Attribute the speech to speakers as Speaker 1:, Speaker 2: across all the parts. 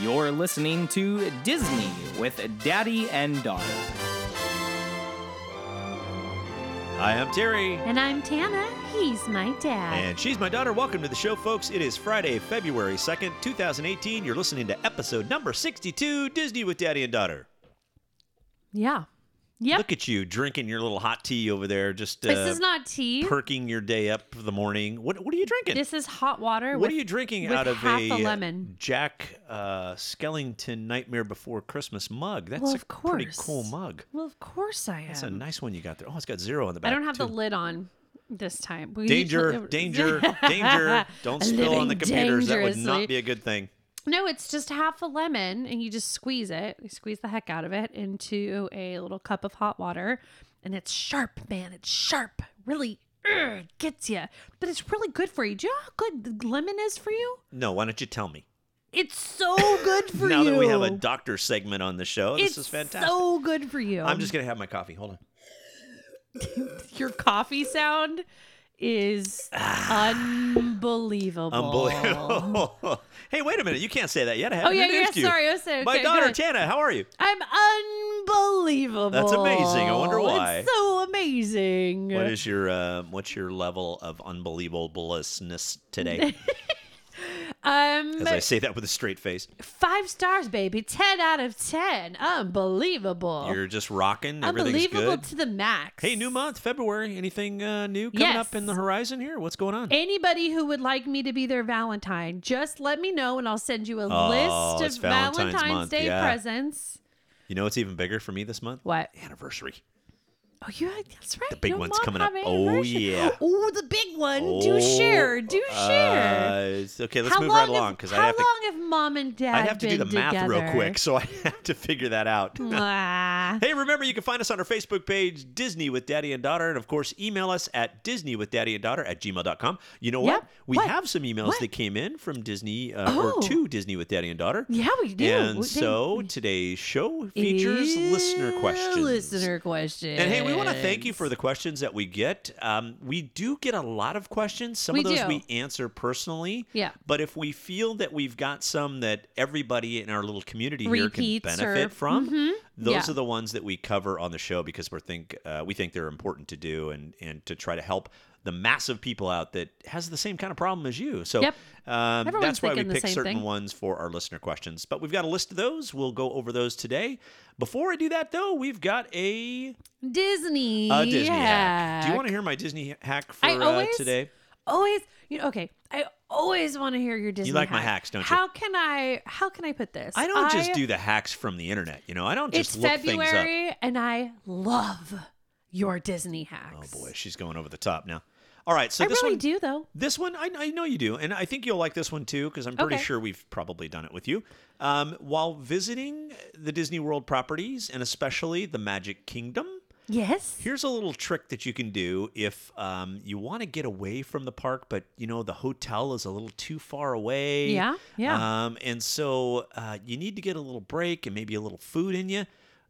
Speaker 1: You're listening to Disney with Daddy and Daughter.
Speaker 2: I am Terry.
Speaker 3: And I'm Tana. He's my dad.
Speaker 2: And she's my daughter. Welcome to the show, folks. It is Friday, February 2nd, 2018. You're listening to episode number 62 Disney with Daddy and Daughter.
Speaker 3: yeah. Yep.
Speaker 2: Look at you drinking your little hot tea over there, just uh,
Speaker 3: this is not tea.
Speaker 2: perking your day up for the morning. What, what are you drinking?
Speaker 3: This is hot water.
Speaker 2: what
Speaker 3: with,
Speaker 2: are you drinking
Speaker 3: with
Speaker 2: out of
Speaker 3: half
Speaker 2: uh,
Speaker 3: lemon?
Speaker 2: Jack uh, Skellington Nightmare Before Christmas mug? That's
Speaker 3: well,
Speaker 2: a
Speaker 3: of course.
Speaker 2: pretty cool mug.
Speaker 3: Well, of course I am.
Speaker 2: That's a nice one you got there. Oh, it's got zero on the
Speaker 3: I
Speaker 2: back.
Speaker 3: don't have
Speaker 2: too.
Speaker 3: the lid on this time. We
Speaker 2: Danger,
Speaker 3: usually-
Speaker 2: danger, danger. Don't spill on the
Speaker 3: Living
Speaker 2: computers. That would
Speaker 3: dangerously.
Speaker 2: not be a good thing.
Speaker 3: No, it's just half a lemon, and you just squeeze it. You squeeze the heck out of it into a little cup of hot water, and it's sharp, man. It's sharp. Really ugh, gets you, but it's really good for you. Do you know how good the lemon is for you?
Speaker 2: No, why don't you tell me?
Speaker 3: It's so good for
Speaker 2: now
Speaker 3: you.
Speaker 2: that we have a doctor segment on the show,
Speaker 3: it's
Speaker 2: this is fantastic.
Speaker 3: so good for you.
Speaker 2: I'm just gonna have my coffee. Hold on.
Speaker 3: your coffee sound is unbelievable.
Speaker 2: Unbelievable. hey, wait a minute. You can't say that yet. I haven't
Speaker 3: Oh, yeah, yeah,
Speaker 2: introduced you.
Speaker 3: sorry. I was saying-
Speaker 2: my
Speaker 3: okay, go
Speaker 2: daughter
Speaker 3: ahead.
Speaker 2: Tana. How are you?
Speaker 3: I'm unbelievable.
Speaker 2: That's amazing. I wonder why.
Speaker 3: It's so amazing.
Speaker 2: What is your uh, what's your level of unbelievableness today?
Speaker 3: um
Speaker 2: As I say that with a straight face,
Speaker 3: five stars, baby. Ten out of ten. Unbelievable.
Speaker 2: you're just rocking. Everything's
Speaker 3: unbelievable
Speaker 2: good.
Speaker 3: to the max.
Speaker 2: Hey, new month, February. Anything uh, new coming
Speaker 3: Yes.
Speaker 2: up in the horizon here? What's going on?
Speaker 3: Anybody who would like me to be their Valentine, just let me know and I'll send you a
Speaker 2: Oh,
Speaker 3: list
Speaker 2: it's
Speaker 3: of
Speaker 2: Valentine's month,
Speaker 3: Day
Speaker 2: yeah.
Speaker 3: presents.
Speaker 2: You know what's even bigger for me this month?
Speaker 3: What?
Speaker 2: Anniversary.
Speaker 3: Oh, you had, that's right. The
Speaker 2: big one's coming up. Oh, yeah.
Speaker 3: Oh, the big one. do share. Do
Speaker 2: Oh,
Speaker 3: share.
Speaker 2: uh, it's- okay, let's
Speaker 3: How
Speaker 2: move
Speaker 3: long
Speaker 2: right along
Speaker 3: have-
Speaker 2: because
Speaker 3: how
Speaker 2: I have to.
Speaker 3: long have mom and dad
Speaker 2: I have to do the
Speaker 3: been
Speaker 2: math real
Speaker 3: together? Hmm.
Speaker 2: quick, so I have to figure that out.
Speaker 3: Mwah.
Speaker 2: Hey, remember you can find us on our Facebook page, Disney with Daddy and Daughter, and of course email us at Disney with Daddy and Daughter at gmail.com. You know what?
Speaker 3: Yep.
Speaker 2: We
Speaker 3: What?
Speaker 2: have some emails
Speaker 3: What?
Speaker 2: that came in from Disney uh,
Speaker 3: Oh.
Speaker 2: or to Disney with Daddy and Daughter.
Speaker 3: yeah, we do.
Speaker 2: And
Speaker 3: We- they-
Speaker 2: so today's show features
Speaker 3: Ew,
Speaker 2: listener questions.
Speaker 3: Listener questions.
Speaker 2: And hey, we want to thank you for the questions that we get. Um, we do get a lot of questions. Some
Speaker 3: We
Speaker 2: of those
Speaker 3: do.
Speaker 2: we answer personally.
Speaker 3: Yeah.
Speaker 2: But if we feel that we've got some that everybody in our little community here
Speaker 3: Repeats
Speaker 2: can
Speaker 3: or- mm-hmm.
Speaker 2: benefit from, those
Speaker 3: Yeah.
Speaker 2: are the ones that we cover on the show because we think uh, we think they're important to do and and to try to help the massive people out that has the same kind of problem as you. So
Speaker 3: Yep.
Speaker 2: um,
Speaker 3: Everyone's
Speaker 2: that's why we
Speaker 3: thinking the
Speaker 2: pick
Speaker 3: same
Speaker 2: certain
Speaker 3: thing.
Speaker 2: ones for our listener questions. But we've got a list of those. We'll go over those today. Before I do that, though, we've got a
Speaker 3: Disney.
Speaker 2: a Disney hack. Do you
Speaker 3: hack.
Speaker 2: want to hear my Disney hack for
Speaker 3: I
Speaker 2: uh,
Speaker 3: always-
Speaker 2: today?
Speaker 3: always you know okay i always want to hear your disney
Speaker 2: like
Speaker 3: hack.
Speaker 2: my hacks, don't you?
Speaker 3: how can i how can i put this
Speaker 2: I don't just do the hacks from the internet. You know, I don't just
Speaker 3: it's
Speaker 2: look things
Speaker 3: february and i love your disney
Speaker 2: up. Oh
Speaker 3: hacks
Speaker 2: boy, she's going over the top now. All right, so
Speaker 3: i
Speaker 2: this
Speaker 3: really
Speaker 2: one,
Speaker 3: do though
Speaker 2: this one, I, I know you do, and I think you'll like this one too because I'm pretty
Speaker 3: Okay.
Speaker 2: sure we've probably done it with you. Um, while visiting the Disney World properties and especially the Magic Kingdom,
Speaker 3: yes
Speaker 2: Here's a little trick that you can do if um, you want to get away from the park, but you know the hotel is a little too far away.
Speaker 3: Yeah, yeah.
Speaker 2: Um, and so uh, you need to get a little break and maybe a little food in you.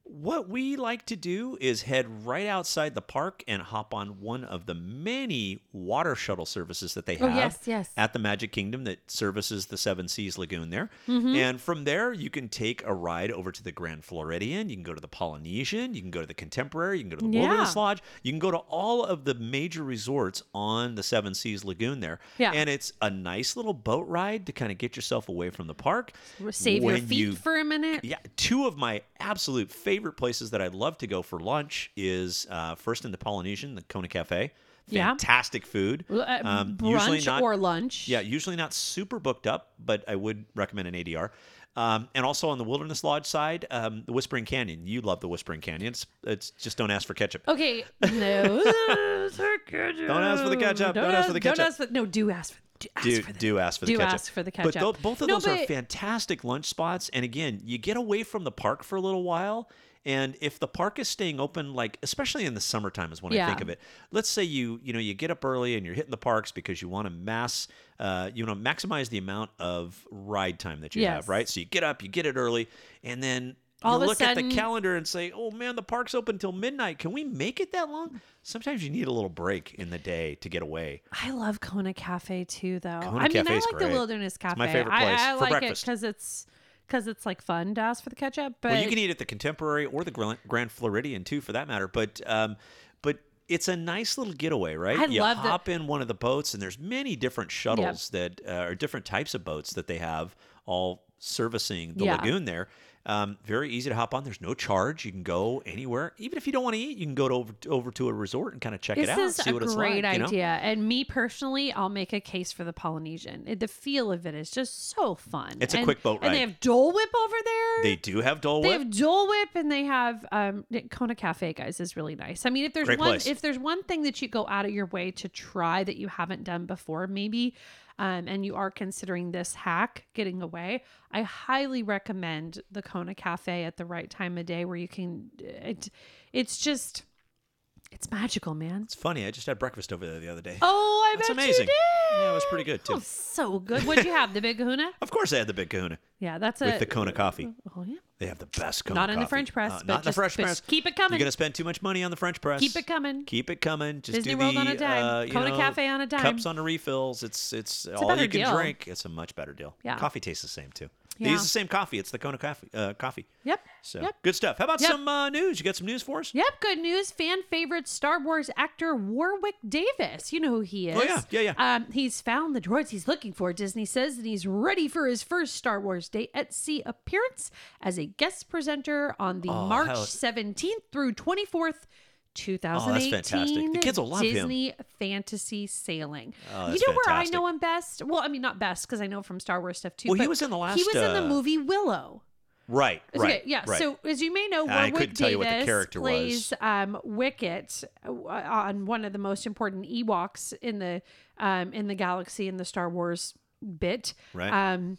Speaker 2: What we like to do is head right outside the park and hop on one of the many water shuttle services that they
Speaker 3: Oh,
Speaker 2: have
Speaker 3: yes, yes.
Speaker 2: at the Magic Kingdom that services the Seven Seas Lagoon there.
Speaker 3: Mm-hmm.
Speaker 2: And from there, you can take a ride over to the Grand Floridian. You can go to the Polynesian. You can go to the Contemporary. You can go to the Wilderness
Speaker 3: Yeah.
Speaker 2: Lodge. You can go to all of the major resorts on the Seven Seas Lagoon there.
Speaker 3: Yeah.
Speaker 2: And it's a nice little boat ride to kind of get yourself away from the park.
Speaker 3: save your
Speaker 2: When
Speaker 3: feet
Speaker 2: you-
Speaker 3: for a minute
Speaker 2: yeah, two of my absolute favorite places that I love to go for lunch is uh, first in the Polynesian, the Kona Cafe.
Speaker 3: Yeah.
Speaker 2: Fantastic food. Um,
Speaker 3: L- uh,
Speaker 2: usually
Speaker 3: brunch
Speaker 2: not-
Speaker 3: or lunch
Speaker 2: yeah, usually not super booked up, but I would recommend an ADR. Um, and also on the Wilderness Lodge side, um, the Whispering Canyon. You love the Whispering Canyon. It's, it's just don't ask for ketchup.
Speaker 3: okay no don't
Speaker 2: Don't ask for the ketchup. Don't ask for the ketchup.
Speaker 3: don't ask for no do ask for Do ask
Speaker 2: do
Speaker 3: for the,
Speaker 2: do ask for the
Speaker 3: do
Speaker 2: ketchup.
Speaker 3: ask for the
Speaker 2: But
Speaker 3: ketchup.
Speaker 2: tho- both of
Speaker 3: No,
Speaker 2: those are
Speaker 3: but-
Speaker 2: fantastic lunch spots. And again, you get away from the park for a little while. And if the park is staying open, like especially in the summertime, is when I think
Speaker 3: Yeah.
Speaker 2: of it. Let's say you you know you get up early and you're hitting the parks because you want to mass uh, you know maximize the amount of ride time that you
Speaker 3: Yes.
Speaker 2: have, right? So you get up, you get it early, and then.
Speaker 3: All of
Speaker 2: you
Speaker 3: a
Speaker 2: look at
Speaker 3: sudden-
Speaker 2: the calendar and say, "Oh man, the park's open till midnight. Can we make it that long?" Sometimes you need a little break in the day to get away.
Speaker 3: I love Kona Cafe too, though.
Speaker 2: Kona
Speaker 3: I mean, I
Speaker 2: Cafe's
Speaker 3: like
Speaker 2: great.
Speaker 3: the Wilderness Cafe.
Speaker 2: my favorite
Speaker 3: I-
Speaker 2: place
Speaker 3: I,
Speaker 2: for
Speaker 3: like
Speaker 2: breakfast.
Speaker 3: it because it's because it's like fun to ask for the ketchup. But
Speaker 2: well, you can eat at the Contemporary or the Gran- Grand Floridian too, for that matter. But um, but it's a nice little getaway, right?
Speaker 3: I
Speaker 2: you
Speaker 3: love that-
Speaker 2: hop in one of the boats, and there's many different shuttles that uh, are different types of boats that they have all servicing the
Speaker 3: Yeah.
Speaker 2: lagoon there. Um, very easy to hop on. There's no charge. You can go anywhere, even if you don't want to eat. You can go to over, over to a resort and kind of check
Speaker 3: this
Speaker 2: it out,
Speaker 3: is
Speaker 2: see
Speaker 3: a
Speaker 2: what it's like.
Speaker 3: great
Speaker 2: you know?
Speaker 3: idea. And me personally, I'll make a case for the Polynesian. It- the feel of it is just so fun.
Speaker 2: It's a
Speaker 3: And-
Speaker 2: quick boat
Speaker 3: and they
Speaker 2: ride.
Speaker 3: have Dole Whip over there.
Speaker 2: They do have Dole
Speaker 3: They
Speaker 2: Whip.
Speaker 3: have Dole Whip and they have um, Kona Cafe, guys, is really nice. I mean, if there's
Speaker 2: Great
Speaker 3: one
Speaker 2: place.
Speaker 3: if there's one thing that you go out of your way to try that you haven't done before, maybe, um, and you are considering this hack, getting away, I highly recommend the Kona Cafe at the right time of day where you can. It, it's just, it's magical, man.
Speaker 2: It's funny. I just had breakfast over there the other day.
Speaker 3: Oh, I
Speaker 2: That's
Speaker 3: bet
Speaker 2: amazing.
Speaker 3: you did.
Speaker 2: Yeah, it was pretty good too.
Speaker 3: Oh, so good. What'd you have? The Big Kahuna?
Speaker 2: Of course, I had the Big Kahuna
Speaker 3: Yeah, that's a.
Speaker 2: with the Kona coffee.
Speaker 3: Oh yeah.
Speaker 2: They have the best Kona
Speaker 3: Not in the
Speaker 2: coffee.
Speaker 3: French press,
Speaker 2: Uh,
Speaker 3: but
Speaker 2: not in the
Speaker 3: just-
Speaker 2: French
Speaker 3: but
Speaker 2: press.
Speaker 3: keep it coming.
Speaker 2: You're gonna spend too much money on the French press.
Speaker 3: Keep it coming.
Speaker 2: Keep it coming. Just
Speaker 3: Disney
Speaker 2: do
Speaker 3: World
Speaker 2: the,
Speaker 3: on a dime.
Speaker 2: Uh, you
Speaker 3: Kona
Speaker 2: know,
Speaker 3: Cafe on a dime.
Speaker 2: Cups on the refills. It's it's, all
Speaker 3: better
Speaker 2: you can
Speaker 3: deal.
Speaker 2: drink. It's a much better deal.
Speaker 3: Yeah.
Speaker 2: Coffee tastes the same too. They
Speaker 3: Yeah.
Speaker 2: use the same coffee. It's the Kona coffee. Uh, coffee.
Speaker 3: Yep.
Speaker 2: So
Speaker 3: Yep.
Speaker 2: good stuff. How about
Speaker 3: Yep.
Speaker 2: some uh, news? You got some news for us?
Speaker 3: Yep, good news. Fan favorite Star Wars actor Warwick Davis. You know who he is.
Speaker 2: Oh, yeah, yeah, yeah.
Speaker 3: Um, he's found the droids he's looking for, Disney says, and he's ready for his first Star Wars Day at Sea appearance as a guest presenter on the March
Speaker 2: Oh, hell- Oh,
Speaker 3: 17th through 24th. 2018
Speaker 2: fantastic. The kids will love him. Oh,
Speaker 3: Disney Fantasy Sailing. you
Speaker 2: that's
Speaker 3: know where I
Speaker 2: fantastic.
Speaker 3: know him best? Well, I mean not best because I know from Star Wars stuff too.
Speaker 2: Well, he
Speaker 3: but
Speaker 2: was in the
Speaker 3: He
Speaker 2: last,
Speaker 3: was in the
Speaker 2: uh,
Speaker 3: movie Willow.
Speaker 2: Right.
Speaker 3: It's
Speaker 2: right.
Speaker 3: okay, yeah.
Speaker 2: Right.
Speaker 3: So as you may know,
Speaker 2: I
Speaker 3: Warwick
Speaker 2: couldn't tell
Speaker 3: Davis
Speaker 2: you what the character was.
Speaker 3: plays um, Wicket uh, on one of the most important Ewoks in the um, in the galaxy in the Star Wars bit.
Speaker 2: Right.
Speaker 3: Um,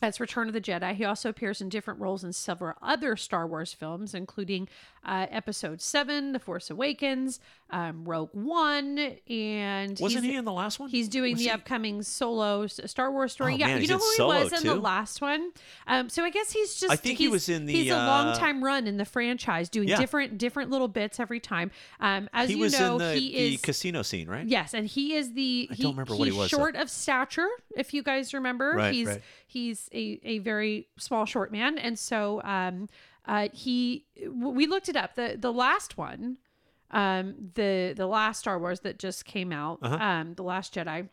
Speaker 3: that's Return of the Jedi. He also appears in different roles in several other Star Wars films, including uh, Episode Seven, The Force Awakens, um, Rogue One, and
Speaker 2: wasn't
Speaker 3: he's-
Speaker 2: he in the last one?
Speaker 3: He's doing
Speaker 2: Was he-
Speaker 3: the upcoming solo S- Star Wars story.
Speaker 2: Oh,
Speaker 3: yeah,
Speaker 2: man,
Speaker 3: you
Speaker 2: he's
Speaker 3: know
Speaker 2: in
Speaker 3: who he
Speaker 2: Solo,
Speaker 3: was in the
Speaker 2: too?
Speaker 3: last one. Um, so I guess he's just.
Speaker 2: I think he
Speaker 3: he's-
Speaker 2: was in the,
Speaker 3: He's a
Speaker 2: uh,
Speaker 3: long time run in the franchise, doing
Speaker 2: Yeah.
Speaker 3: different different little bits every time. Um, as
Speaker 2: He
Speaker 3: you
Speaker 2: was
Speaker 3: know,
Speaker 2: in the,
Speaker 3: he
Speaker 2: the
Speaker 3: is.
Speaker 2: casino scene, right?
Speaker 3: Yes, and he is the
Speaker 2: I
Speaker 3: he,
Speaker 2: don't remember what he
Speaker 3: he's
Speaker 2: was, though.
Speaker 3: short of stature, if you guys remember.
Speaker 2: Right,
Speaker 3: he's
Speaker 2: right.
Speaker 3: he's a, a very small short man. And so um uh he w- we looked it up. The the last one, um the the last Star Wars that just came out,
Speaker 2: Uh-huh.
Speaker 3: um, The Last Jedi.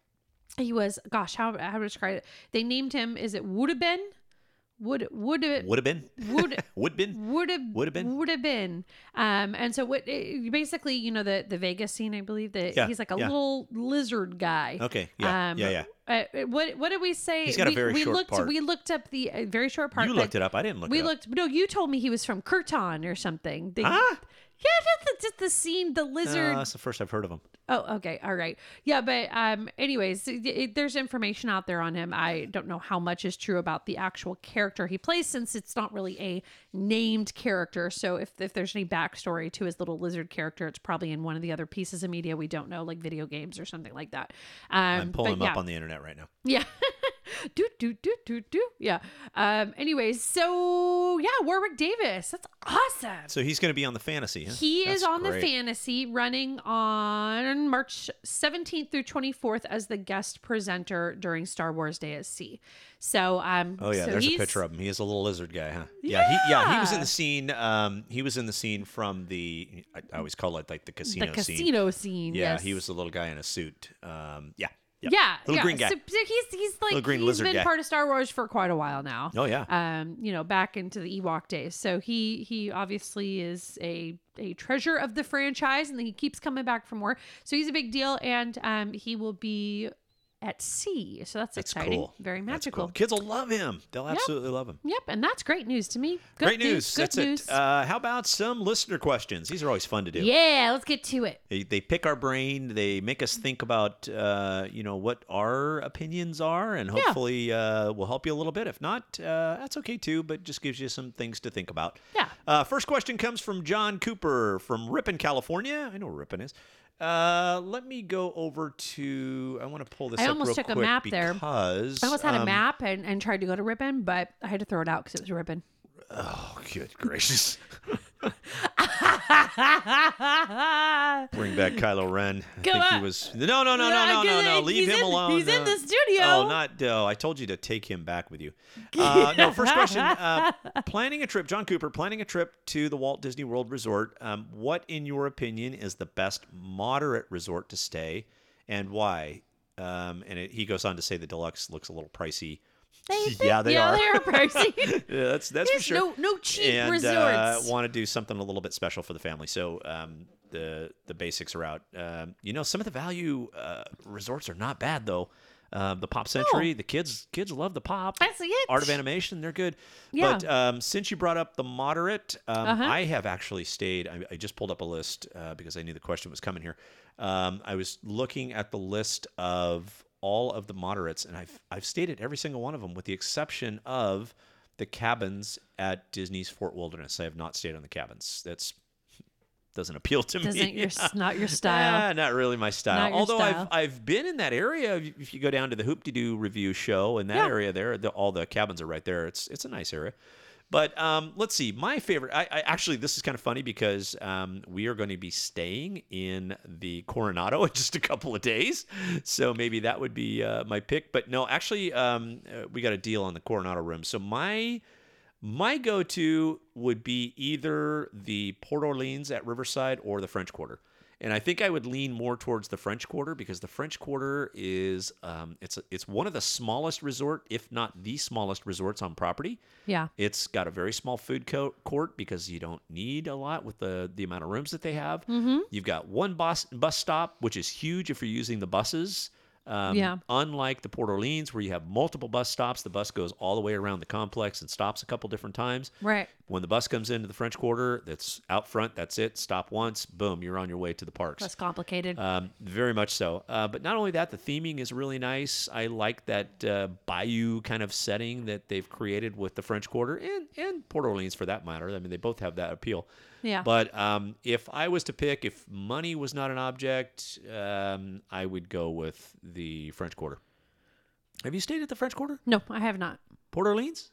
Speaker 3: He was gosh, how how to describe it? They named him is it Woodabin? Wood
Speaker 2: Would
Speaker 3: would
Speaker 2: have been.
Speaker 3: would
Speaker 2: Would been.
Speaker 3: would have
Speaker 2: Would've been.
Speaker 3: would have been um and so what it, basically you know the the vegas scene i believe that
Speaker 2: Yeah,
Speaker 3: he's like a
Speaker 2: yeah.
Speaker 3: little lizard guy
Speaker 2: Okay, yeah, yeah, yeah.
Speaker 3: uh, what what did we say
Speaker 2: He's got a
Speaker 3: we,
Speaker 2: very
Speaker 3: we
Speaker 2: short
Speaker 3: looked
Speaker 2: part.
Speaker 3: we looked up the uh, very short part
Speaker 2: You
Speaker 3: but
Speaker 2: looked it up. I didn't look
Speaker 3: we
Speaker 2: it up.
Speaker 3: looked no you told me he was from Kurton or something They-
Speaker 2: Huh?
Speaker 3: yeah just the, just the scene the lizard
Speaker 2: Uh, that's the first I've heard of him.
Speaker 3: Oh, okay. All right. Yeah, but um anyways, it- it- there's information out there on him. I don't know how much is true about the actual character he plays since it's not really a named character. So if if there's any backstory to his little lizard character, it's probably in one of the other pieces of media we don't know, like video games or something like that. Um
Speaker 2: I'm pulling
Speaker 3: but
Speaker 2: him
Speaker 3: yeah.
Speaker 2: up on the internet right now.
Speaker 3: Yeah. do do do do do. Yeah. Um anyways, so yeah, Warwick Davis. That's awesome.
Speaker 2: So he's going to be on the fantasy. Huh?
Speaker 3: He is
Speaker 2: That's
Speaker 3: on
Speaker 2: great.
Speaker 3: the fantasy running on March 17th through 24th as the guest presenter during Star Wars Day at Sea. So, um,
Speaker 2: Oh yeah,
Speaker 3: so
Speaker 2: there's a
Speaker 3: he's-
Speaker 2: picture of him. He is a little lizard guy, huh? Yeah, he, yeah, he was in
Speaker 3: Yeah.
Speaker 2: the scene. Um, he was in the scene from the. I, I always call it like the
Speaker 3: the
Speaker 2: casino scene.
Speaker 3: casino scene.
Speaker 2: Yeah,
Speaker 3: yes.
Speaker 2: he was a little guy in a suit. Um, yeah, yeah,
Speaker 3: Yeah,
Speaker 2: little
Speaker 3: yeah.
Speaker 2: green guy.
Speaker 3: So, so he's he's like
Speaker 2: Little green
Speaker 3: he's
Speaker 2: lizard
Speaker 3: been
Speaker 2: guy.
Speaker 3: part of Star Wars for quite a while now.
Speaker 2: Oh, yeah.
Speaker 3: Um, you know, back into the Ewok days. So he he obviously is a a treasure of the franchise, and he keeps coming back for more. So he's a big deal, and um, he will be at sea. So that's,
Speaker 2: That's
Speaker 3: exciting.
Speaker 2: cool.
Speaker 3: Very
Speaker 2: That's cool.
Speaker 3: magical.
Speaker 2: Kids will love him. They'll absolutely love him.
Speaker 3: Yep, and that's great news to me. Good
Speaker 2: Great news.
Speaker 3: Good
Speaker 2: That's
Speaker 3: news.
Speaker 2: it. Uh, how about some listener questions? These are always fun to do.
Speaker 3: yeah, let's get to it.
Speaker 2: They, they pick our brain. They make us think about, uh, you know, what our opinions are, and hopefully uh, will help you a little bit. If not, uh, that's okay too. But just gives you some things to think about.
Speaker 3: Yeah.
Speaker 2: Uh, first question comes from John Cooper from Ripon, California. I know where Ripon is. Uh, let me go over to. I want to pull this.
Speaker 3: I
Speaker 2: up
Speaker 3: almost
Speaker 2: real
Speaker 3: took a
Speaker 2: quick
Speaker 3: map there.
Speaker 2: because
Speaker 3: I almost had a
Speaker 2: um,
Speaker 3: map and, and tried to go to Ribbon, but I had to throw it out because it was Ribbon.
Speaker 2: Oh, good gracious! Bring back Kylo Ren. I
Speaker 3: Go
Speaker 2: think he
Speaker 3: up.
Speaker 2: was. No, no, no, no, no, no, no. Leave
Speaker 3: He's
Speaker 2: him
Speaker 3: in-
Speaker 2: alone.
Speaker 3: he's
Speaker 2: no.
Speaker 3: in the studio.
Speaker 2: Oh, not no. I told you to take him back with you. Uh, no, first question. Uh, planning a trip, John Cooper. Planning a trip to the Walt Disney World Resort. Um, what, in your opinion, is the best moderate resort to stay, and why? Um, and it, he goes on to say the deluxe looks a little pricey. yeah, they
Speaker 3: yeah,
Speaker 2: are.
Speaker 3: they are pricey.
Speaker 2: Yeah, that's that's for
Speaker 3: There's
Speaker 2: sure
Speaker 3: no no cheap
Speaker 2: and
Speaker 3: resorts.
Speaker 2: uh, want to do something a little bit special for the family. So um, the the basics are out. Um, you know, some of the value uh, resorts are not bad though. Um, the Pop Century, the kids kids love the pop.
Speaker 3: I see it.
Speaker 2: Art of Animation, they're good.
Speaker 3: Yeah.
Speaker 2: But um, since you brought up the moderate, um,
Speaker 3: Uh-huh.
Speaker 2: I have actually stayed. I, I just pulled up a list uh, because I knew the question was coming here. Um, I was looking at the list of all of the moderates, and I've I've stayed at every single one of them with the exception of the cabins at Disney's Fort Wilderness. I have not stayed on the cabins. That's doesn't appeal to me.
Speaker 3: Doesn't your s- not your style?
Speaker 2: Ah, not really my
Speaker 3: Not
Speaker 2: style.
Speaker 3: your
Speaker 2: Although
Speaker 3: style.
Speaker 2: I've I've been in that area. If if you go down to the Hoop De Doo review show in that
Speaker 3: Yeah.
Speaker 2: area there, the, all the cabins are right there. It's it's a nice area. But um, let's see. My favorite. I, I actually this is kind of funny because um, we are going to be staying in the Coronado in just a couple of days, so maybe that would be uh, my pick. But no, actually, um, uh, we got a deal on the Coronado room. So my my go to would be either the Port Orleans at Riverside or the French Quarter. And I think I would lean more towards the French Quarter because the French Quarter is um, it's it's one of the smallest resort, if not the smallest resorts on property.
Speaker 3: Yeah.
Speaker 2: It's got a very small food co- court because you don't need a lot with the the amount of rooms that they have.
Speaker 3: Mm-hmm.
Speaker 2: You've got one bus bus stop, which is huge if you're using the buses. Um,
Speaker 3: Yeah.
Speaker 2: Unlike the Port Orleans, where you have multiple bus stops, the bus goes all the way around the complex and stops a couple different times.
Speaker 3: Right.
Speaker 2: When the bus comes into the French Quarter, that's out front. That's it. Stop once. Boom. You're on your way to the parks.
Speaker 3: Less complicated.
Speaker 2: Um, very much so. Uh, but not only that, the theming is really nice. I like that uh, bayou kind of setting that they've created with the French Quarter and, and Port Orleans for that matter. I mean, they both have that appeal.
Speaker 3: Yeah.
Speaker 2: But um, if I was to pick, if money was not an object, um, I would go with the French Quarter. Have you stayed at the French Quarter?
Speaker 3: no, I have not.
Speaker 2: Port Orleans?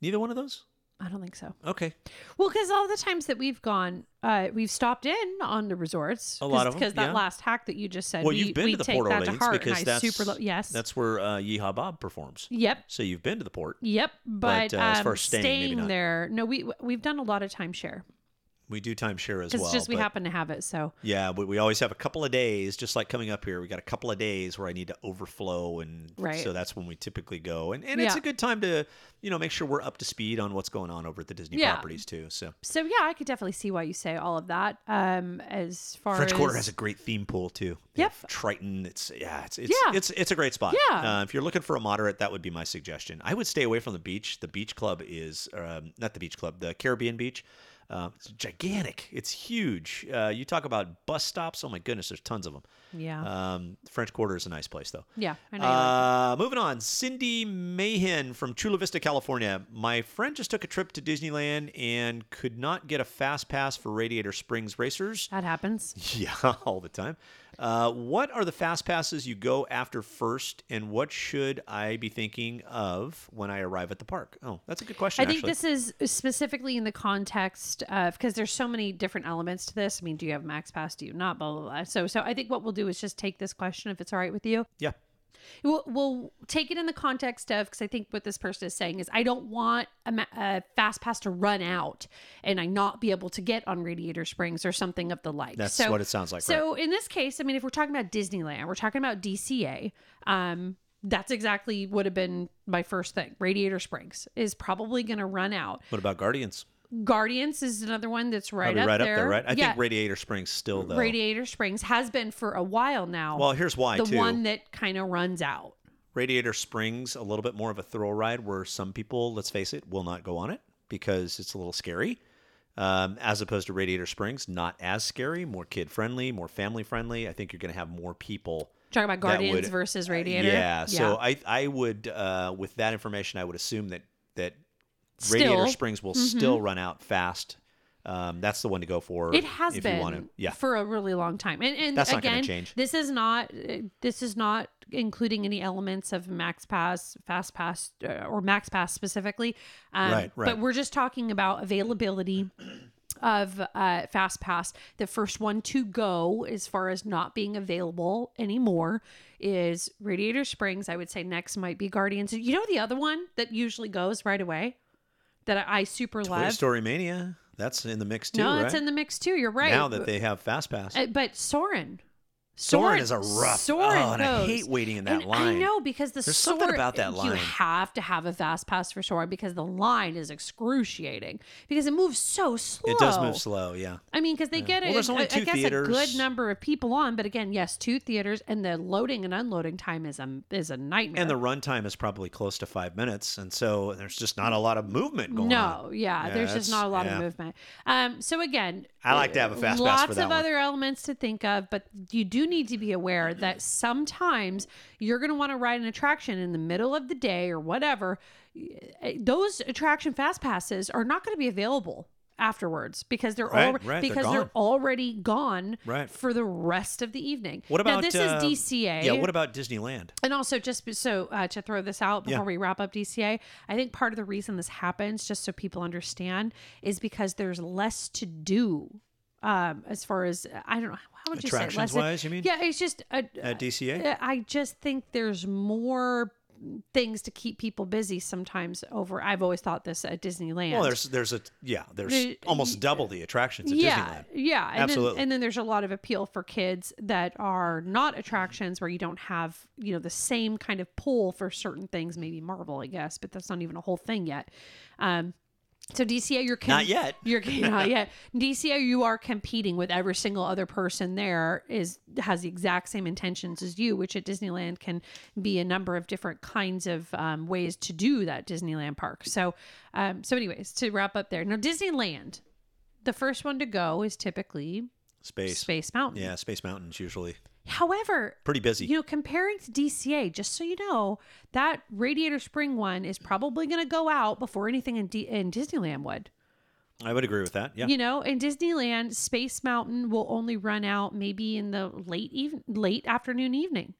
Speaker 2: Neither one of those?
Speaker 3: I don't think so.
Speaker 2: Okay.
Speaker 3: Well, because all the times that we've gone, uh, we've stopped in on the resorts.
Speaker 2: A lot of 'em,
Speaker 3: because that
Speaker 2: yeah.
Speaker 3: last hack that you just said.
Speaker 2: Well,
Speaker 3: we,
Speaker 2: you've been
Speaker 3: we
Speaker 2: to the
Speaker 3: take
Speaker 2: Port
Speaker 3: that
Speaker 2: Orleans
Speaker 3: to heart,
Speaker 2: because
Speaker 3: and I
Speaker 2: that's
Speaker 3: super lo- yes.
Speaker 2: that's where uh, Yeehaw Bob performs.
Speaker 3: yep.
Speaker 2: So you've been to the port.
Speaker 3: Yep, but,
Speaker 2: But, uh, as
Speaker 3: um,
Speaker 2: far as staying, maybe not.
Speaker 3: there, no, we we've done a lot of timeshare
Speaker 2: We do timeshare as
Speaker 3: because
Speaker 2: well.
Speaker 3: it's just we
Speaker 2: but-
Speaker 3: happen to have it. So
Speaker 2: Yeah, but we always have a couple of days, just like coming up here. We got a couple of days where I need to overflow, and
Speaker 3: Right.
Speaker 2: so that's when we typically go. And and it's
Speaker 3: Yeah.
Speaker 2: a good time to you know make sure we're up to speed on what's going on over at the Disney
Speaker 3: Yeah.
Speaker 2: properties too. So
Speaker 3: so yeah, I could definitely see why you say all of that. Um, as far
Speaker 2: French
Speaker 3: as
Speaker 2: Quarter has a great theme pool too. They have
Speaker 3: Yep.
Speaker 2: Triton. It's yeah, it's it's
Speaker 3: Yeah.
Speaker 2: it's, it's a great spot.
Speaker 3: Yeah.
Speaker 2: Uh, if you're looking for a moderate, that would be my suggestion. I would stay away from the beach. The beach club is um, not the beach club, the Caribbean beach. Uh, it's gigantic. It's huge. Uh, you talk about bus stops. Oh my goodness, there's tons of them.
Speaker 3: Yeah.
Speaker 2: Um, French Quarter is a nice place though.
Speaker 3: yeah, I know. you like-
Speaker 2: Uh, moving on, Cindy Mahan from Chula Vista, California. My friend just took a trip to Disneyland and could not get a fast pass for Radiator Springs Racers.
Speaker 3: that happens.
Speaker 2: Yeah, all the time. Uh, what are the fast passes you go after first, and what should I be thinking of when I arrive at the park? Oh, that's a good question.
Speaker 3: I think
Speaker 2: actually.
Speaker 3: this is specifically in the context of because there's so many different elements to this. I mean, do you have Max Pass? Do you not? Blah blah blah. So so I think what we'll do is just take this question if it's all right with you.
Speaker 2: yeah.
Speaker 3: We'll, we'll take it in the context of because I think what this person is saying is I don't want a, ma- a fast pass to run out and I not be able to get on Radiator Springs or something of the like.
Speaker 2: That's what it sounds like,
Speaker 3: So in this case, I mean, if we're talking about Disneyland, we're talking about DCA. Um, that's exactly would have been my first thing. Radiator Springs is probably going to run out.
Speaker 2: What about Guardians?
Speaker 3: Guardians is another one that's right,
Speaker 2: Probably
Speaker 3: up,
Speaker 2: right
Speaker 3: there.
Speaker 2: up there, right? I
Speaker 3: Yeah,
Speaker 2: think Radiator Springs still though.
Speaker 3: Radiator Springs has been for a while now.
Speaker 2: well, here's why
Speaker 3: the
Speaker 2: too.
Speaker 3: one that kind of runs out.
Speaker 2: Radiator Springs a little bit more of a thrill ride where some people, let's face it, will not go on it because it's a little scary. Um, as opposed to Radiator Springs, not as scary, more kid friendly, more family friendly. I think you're going to have more people.
Speaker 3: Talking about
Speaker 2: that
Speaker 3: Guardians
Speaker 2: would- uh,
Speaker 3: versus Radiator.
Speaker 2: Yeah, So I I would uh, with that information I would assume that that Radiator
Speaker 3: Still. Mm-hmm.
Speaker 2: Springs will still run out fast. Um, that's the one to go for.
Speaker 3: it has
Speaker 2: if
Speaker 3: been
Speaker 2: You want to. Yeah.
Speaker 3: for a really long time. And and
Speaker 2: That's not gonna
Speaker 3: again,
Speaker 2: change.
Speaker 3: this is not uh, this is not including any elements of Max Pass, Fast Pass, uh, or Max Pass specifically. Um,
Speaker 2: Right, right.
Speaker 3: But we're just talking about availability. Of uh, Fast Pass, the first one to go as far as not being available anymore is Radiator Springs. I would say next might be Guardians. You know the other one that usually goes right away that I, I super
Speaker 2: Toy
Speaker 3: love.
Speaker 2: Story Mania. That's in the mix too,
Speaker 3: no,
Speaker 2: right?
Speaker 3: it's in the mix too. You're right.
Speaker 2: Now that they have Fast Pass.
Speaker 3: Uh, but Soren.
Speaker 2: Soren is a rough-
Speaker 3: Soren
Speaker 2: oh, and I
Speaker 3: goes.
Speaker 2: hate waiting in that
Speaker 3: And I
Speaker 2: line.
Speaker 3: know because the
Speaker 2: There's something
Speaker 3: Soren-
Speaker 2: about that
Speaker 3: You
Speaker 2: line.
Speaker 3: have to have a fast pass for Soren because the line is excruciating because it moves so slow.
Speaker 2: It does move slow, yeah.
Speaker 3: I mean, because they get
Speaker 2: Well,
Speaker 3: it.
Speaker 2: there's only
Speaker 3: I,
Speaker 2: two
Speaker 3: guess
Speaker 2: theaters.
Speaker 3: a good number of people on, but again, yes, two theaters, and the loading and unloading time is a is a nightmare.
Speaker 2: And the runtime is probably close to five minutes, and so there's just not a lot of movement going on.
Speaker 3: no, yeah,
Speaker 2: Yeah,
Speaker 3: there's
Speaker 2: that's-
Speaker 3: just not a lot
Speaker 2: yeah.
Speaker 3: of movement. Um, so again,
Speaker 2: I like to have a fast pass for
Speaker 3: lots
Speaker 2: that
Speaker 3: of
Speaker 2: one.
Speaker 3: other elements to think of, but you do need to be aware that sometimes you're going to want to ride an attraction in the middle of the day or whatever. Eh, Those attraction fast passes are not going to be available afterwards because they're
Speaker 2: Right,
Speaker 3: al-
Speaker 2: right, they're
Speaker 3: because
Speaker 2: gone.
Speaker 3: they're already gone
Speaker 2: Right.
Speaker 3: for the rest of the evening.
Speaker 2: What about
Speaker 3: now, this
Speaker 2: uh,
Speaker 3: is DCA?
Speaker 2: Yeah. What about Disneyland?
Speaker 3: And also, just b- so uh, to throw this out before
Speaker 2: Yeah.
Speaker 3: we wrap up DCA, I think part of the reason this happens, just so people understand, is because there's less to do um, as far as I don't know how would you say it? less
Speaker 2: Attractions-wise, you mean?
Speaker 3: Yeah, it's just uh,
Speaker 2: At DCA?
Speaker 3: uh, I just think there's more things to keep people busy sometimes. Over, I've always thought this at Disneyland.
Speaker 2: Well, there's there's a yeah, there's
Speaker 3: The-
Speaker 2: almost double the attractions at
Speaker 3: yeah,
Speaker 2: Disneyland.
Speaker 3: yeah, and
Speaker 2: Absolutely.
Speaker 3: Then, and then there's a lot of appeal for kids that are not attractions where you don't have you know the same kind of pull for certain things. Maybe Marvel, I guess, but that's not even a whole thing yet. Um, so DCA, you're com-
Speaker 2: Not yet.
Speaker 3: You're not yet. DCA, you are competing with every single other person there is has the exact same intentions as you, which at Disneyland can be a number of different kinds of um, ways to do that Disneyland park. So, um, so anyways, to wrap up there, now Disneyland, the first one to go is typically
Speaker 2: Space.
Speaker 3: Space Mountain.
Speaker 2: Yeah, Space Mountain's usually
Speaker 3: However,
Speaker 2: pretty busy.
Speaker 3: you know, comparing to DCA, just so you know, that Radiator Spring one is probably going to go out before anything in, D- in Disneyland would.
Speaker 2: I would agree with that. Yeah.
Speaker 3: You know, in Disneyland, Space Mountain will only run out maybe in the late even late afternoon evening.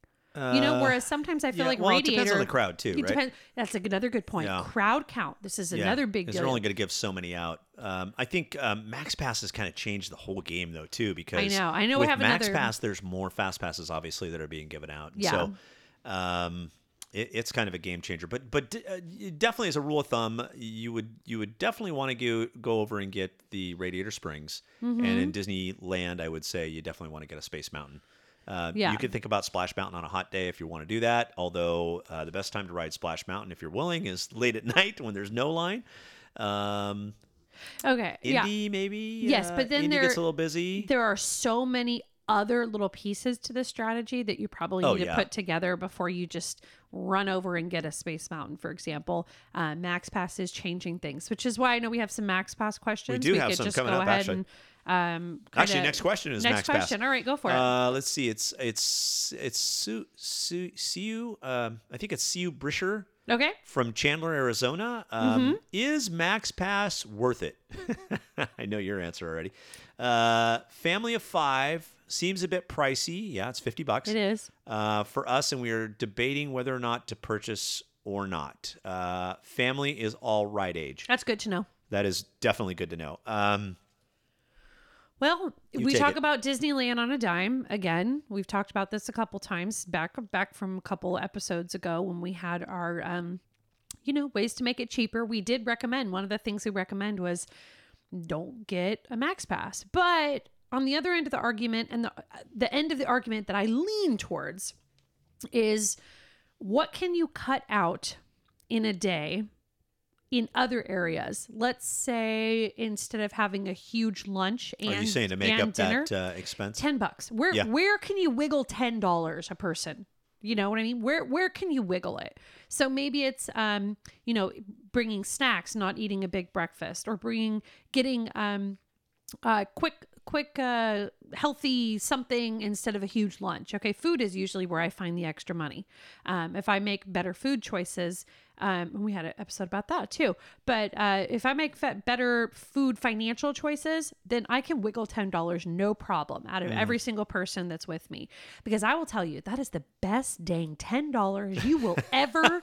Speaker 3: You know, whereas sometimes I feel
Speaker 2: Uh, yeah,
Speaker 3: like
Speaker 2: well, it
Speaker 3: Radiator
Speaker 2: depends on the crowd, too,
Speaker 3: it
Speaker 2: right?
Speaker 3: depends- That's like another good point.
Speaker 2: Yeah.
Speaker 3: Crowd count. This is
Speaker 2: Yeah,
Speaker 3: another big
Speaker 2: 'cause
Speaker 3: deal.
Speaker 2: They're only going to give so many out. Um, I think um, Max Pass has kind of changed the whole game though too because
Speaker 3: know, I know we
Speaker 2: with
Speaker 3: have
Speaker 2: Max
Speaker 3: another-
Speaker 2: Pass there's more fast passes obviously that are being given out. And
Speaker 3: Yeah.
Speaker 2: So um, it, it's kind of a game changer. But but uh, definitely as a rule of thumb, you would you would definitely want to go go over and get the Radiator Springs,
Speaker 3: Mm-hmm.
Speaker 2: and in Disneyland, I would say you definitely want to get a Space Mountain. Uh,
Speaker 3: Yeah.
Speaker 2: You can think about Splash Mountain on a hot day if you want to do that. Although uh, the best time to ride Splash Mountain, if you're willing, is late at night when there's no line. Um,
Speaker 3: okay.
Speaker 2: Indy,
Speaker 3: yeah.
Speaker 2: maybe.
Speaker 3: Yes,
Speaker 2: uh,
Speaker 3: but then
Speaker 2: Indy
Speaker 3: there-
Speaker 2: gets a little busy.
Speaker 3: there are so many other little pieces to the strategy that you probably
Speaker 2: Oh,
Speaker 3: need
Speaker 2: yeah.
Speaker 3: to put together before you just run over and get a space mountain for example uh, max pass is changing things which is why i know we have some max pass questions
Speaker 2: do have some coming up, actually.
Speaker 3: and um
Speaker 2: Actually,
Speaker 3: kinda-
Speaker 2: next question is
Speaker 3: next
Speaker 2: Max Pass.
Speaker 3: question all right go for it
Speaker 2: Uh, let's see. It's it's it's Sue Sue Sue. Um, I think it's Sue Brisher
Speaker 3: okay
Speaker 2: from Chandler, Arizona.
Speaker 3: Mm-hmm.
Speaker 2: Um, Is Max Pass worth it? I know your answer already. Uh, family of five seems a bit pricey. Yeah, it's fifty bucks.
Speaker 3: it is
Speaker 2: uh, for us, and we are debating whether or not to purchase or not. Uh, family is all right age.
Speaker 3: that's good to know
Speaker 2: That is definitely good to know. Um,
Speaker 3: Well, we
Speaker 2: take
Speaker 3: talk
Speaker 2: it.
Speaker 3: about Disneyland on a dime again. We've talked about this a couple times back back from a couple episodes ago when we had our um you know, ways to make it cheaper. We did recommend one of the things we recommend was don't get a max pass. But on the other end of the argument and the the end of the argument that I lean towards is what can you cut out in a day in other areas. Let's say instead of having a huge lunch and
Speaker 2: Are you Oh, saying to make
Speaker 3: and
Speaker 2: up
Speaker 3: dinner,
Speaker 2: that uh, expense?
Speaker 3: ten bucks. Where
Speaker 2: Yeah.
Speaker 3: where can you wiggle ten dollars a person? You know what I mean? Where where can you wiggle it? So maybe it's um you know bringing snacks, not eating a big breakfast, or bringing getting um uh quick quick uh healthy something instead of a huge lunch okay food is usually where i find the extra money um if i make better food choices um and we had an episode about that too but uh if i make fe- better food financial choices then i can wiggle ten dollars no problem out of every single person that's with me because i will tell you that is the best dang ten dollars you will ever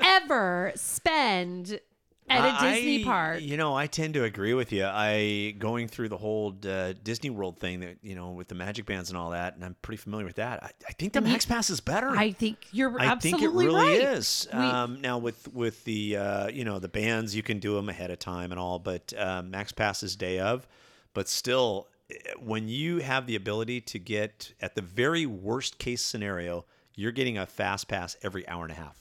Speaker 3: ever spend at a disney
Speaker 2: I-
Speaker 3: park
Speaker 2: You know, I tend to agree with you. I going through the whole uh, Disney World thing that you know with the magic bands and all that, and I'm pretty familiar with that. I, I think the Max Pass is better.
Speaker 3: I think you're
Speaker 2: I think
Speaker 3: absolutely
Speaker 2: it really
Speaker 3: right.
Speaker 2: is.
Speaker 3: We-
Speaker 2: um, now with with the uh, you know the bands, you can do them ahead of time and all, but uh, Max Passes day of, but still, eh, when you have the ability to get at the very worst case scenario, you're getting a fast pass every hour and a half.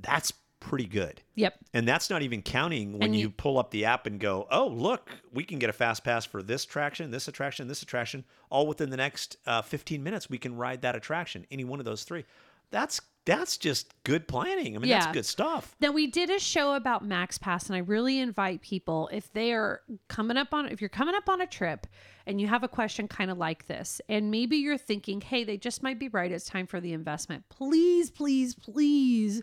Speaker 2: That's pretty good.
Speaker 3: Yep.
Speaker 2: And that's not even counting when
Speaker 3: And
Speaker 2: you,
Speaker 3: you-
Speaker 2: pull up the app and go, oh, look, we can get a fast pass for this attraction, this attraction, this attraction. All within the next uh, 15 minutes, we can ride that attraction, any one of those three. That's that's just good planning. I mean,
Speaker 3: Yeah.
Speaker 2: that's good stuff.
Speaker 3: Now we did a show about Max Pass, and I really invite people if they are coming up on if you're coming up on a trip and you have a question kind of like this, and maybe you're thinking, hey, they just might be right. It's time for the investment. Please, please, please.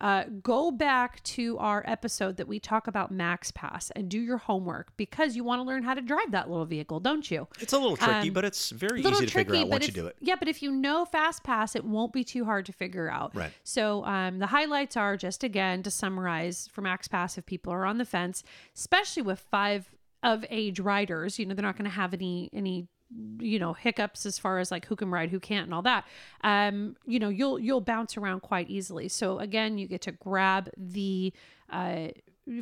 Speaker 3: Uh, go back to our episode that we talk about Max Pass and do your homework because you want to learn how to drive that little vehicle, don't you?
Speaker 2: It's a little tricky,
Speaker 3: Um,
Speaker 2: but it's very
Speaker 3: little
Speaker 2: easy to figure out
Speaker 3: but
Speaker 2: once you
Speaker 3: if-
Speaker 2: do it.
Speaker 3: Yeah, but if you know Fast Pass, it won't be too hard to figure out.
Speaker 2: Right.
Speaker 3: So um, the highlights are just again to summarize for Max Pass if people are on the fence, especially with five of age riders, you know they're not going to have any any you know hiccups as far as like who can ride who can't and all that um you know you'll you'll bounce around quite easily so again you get to grab the uh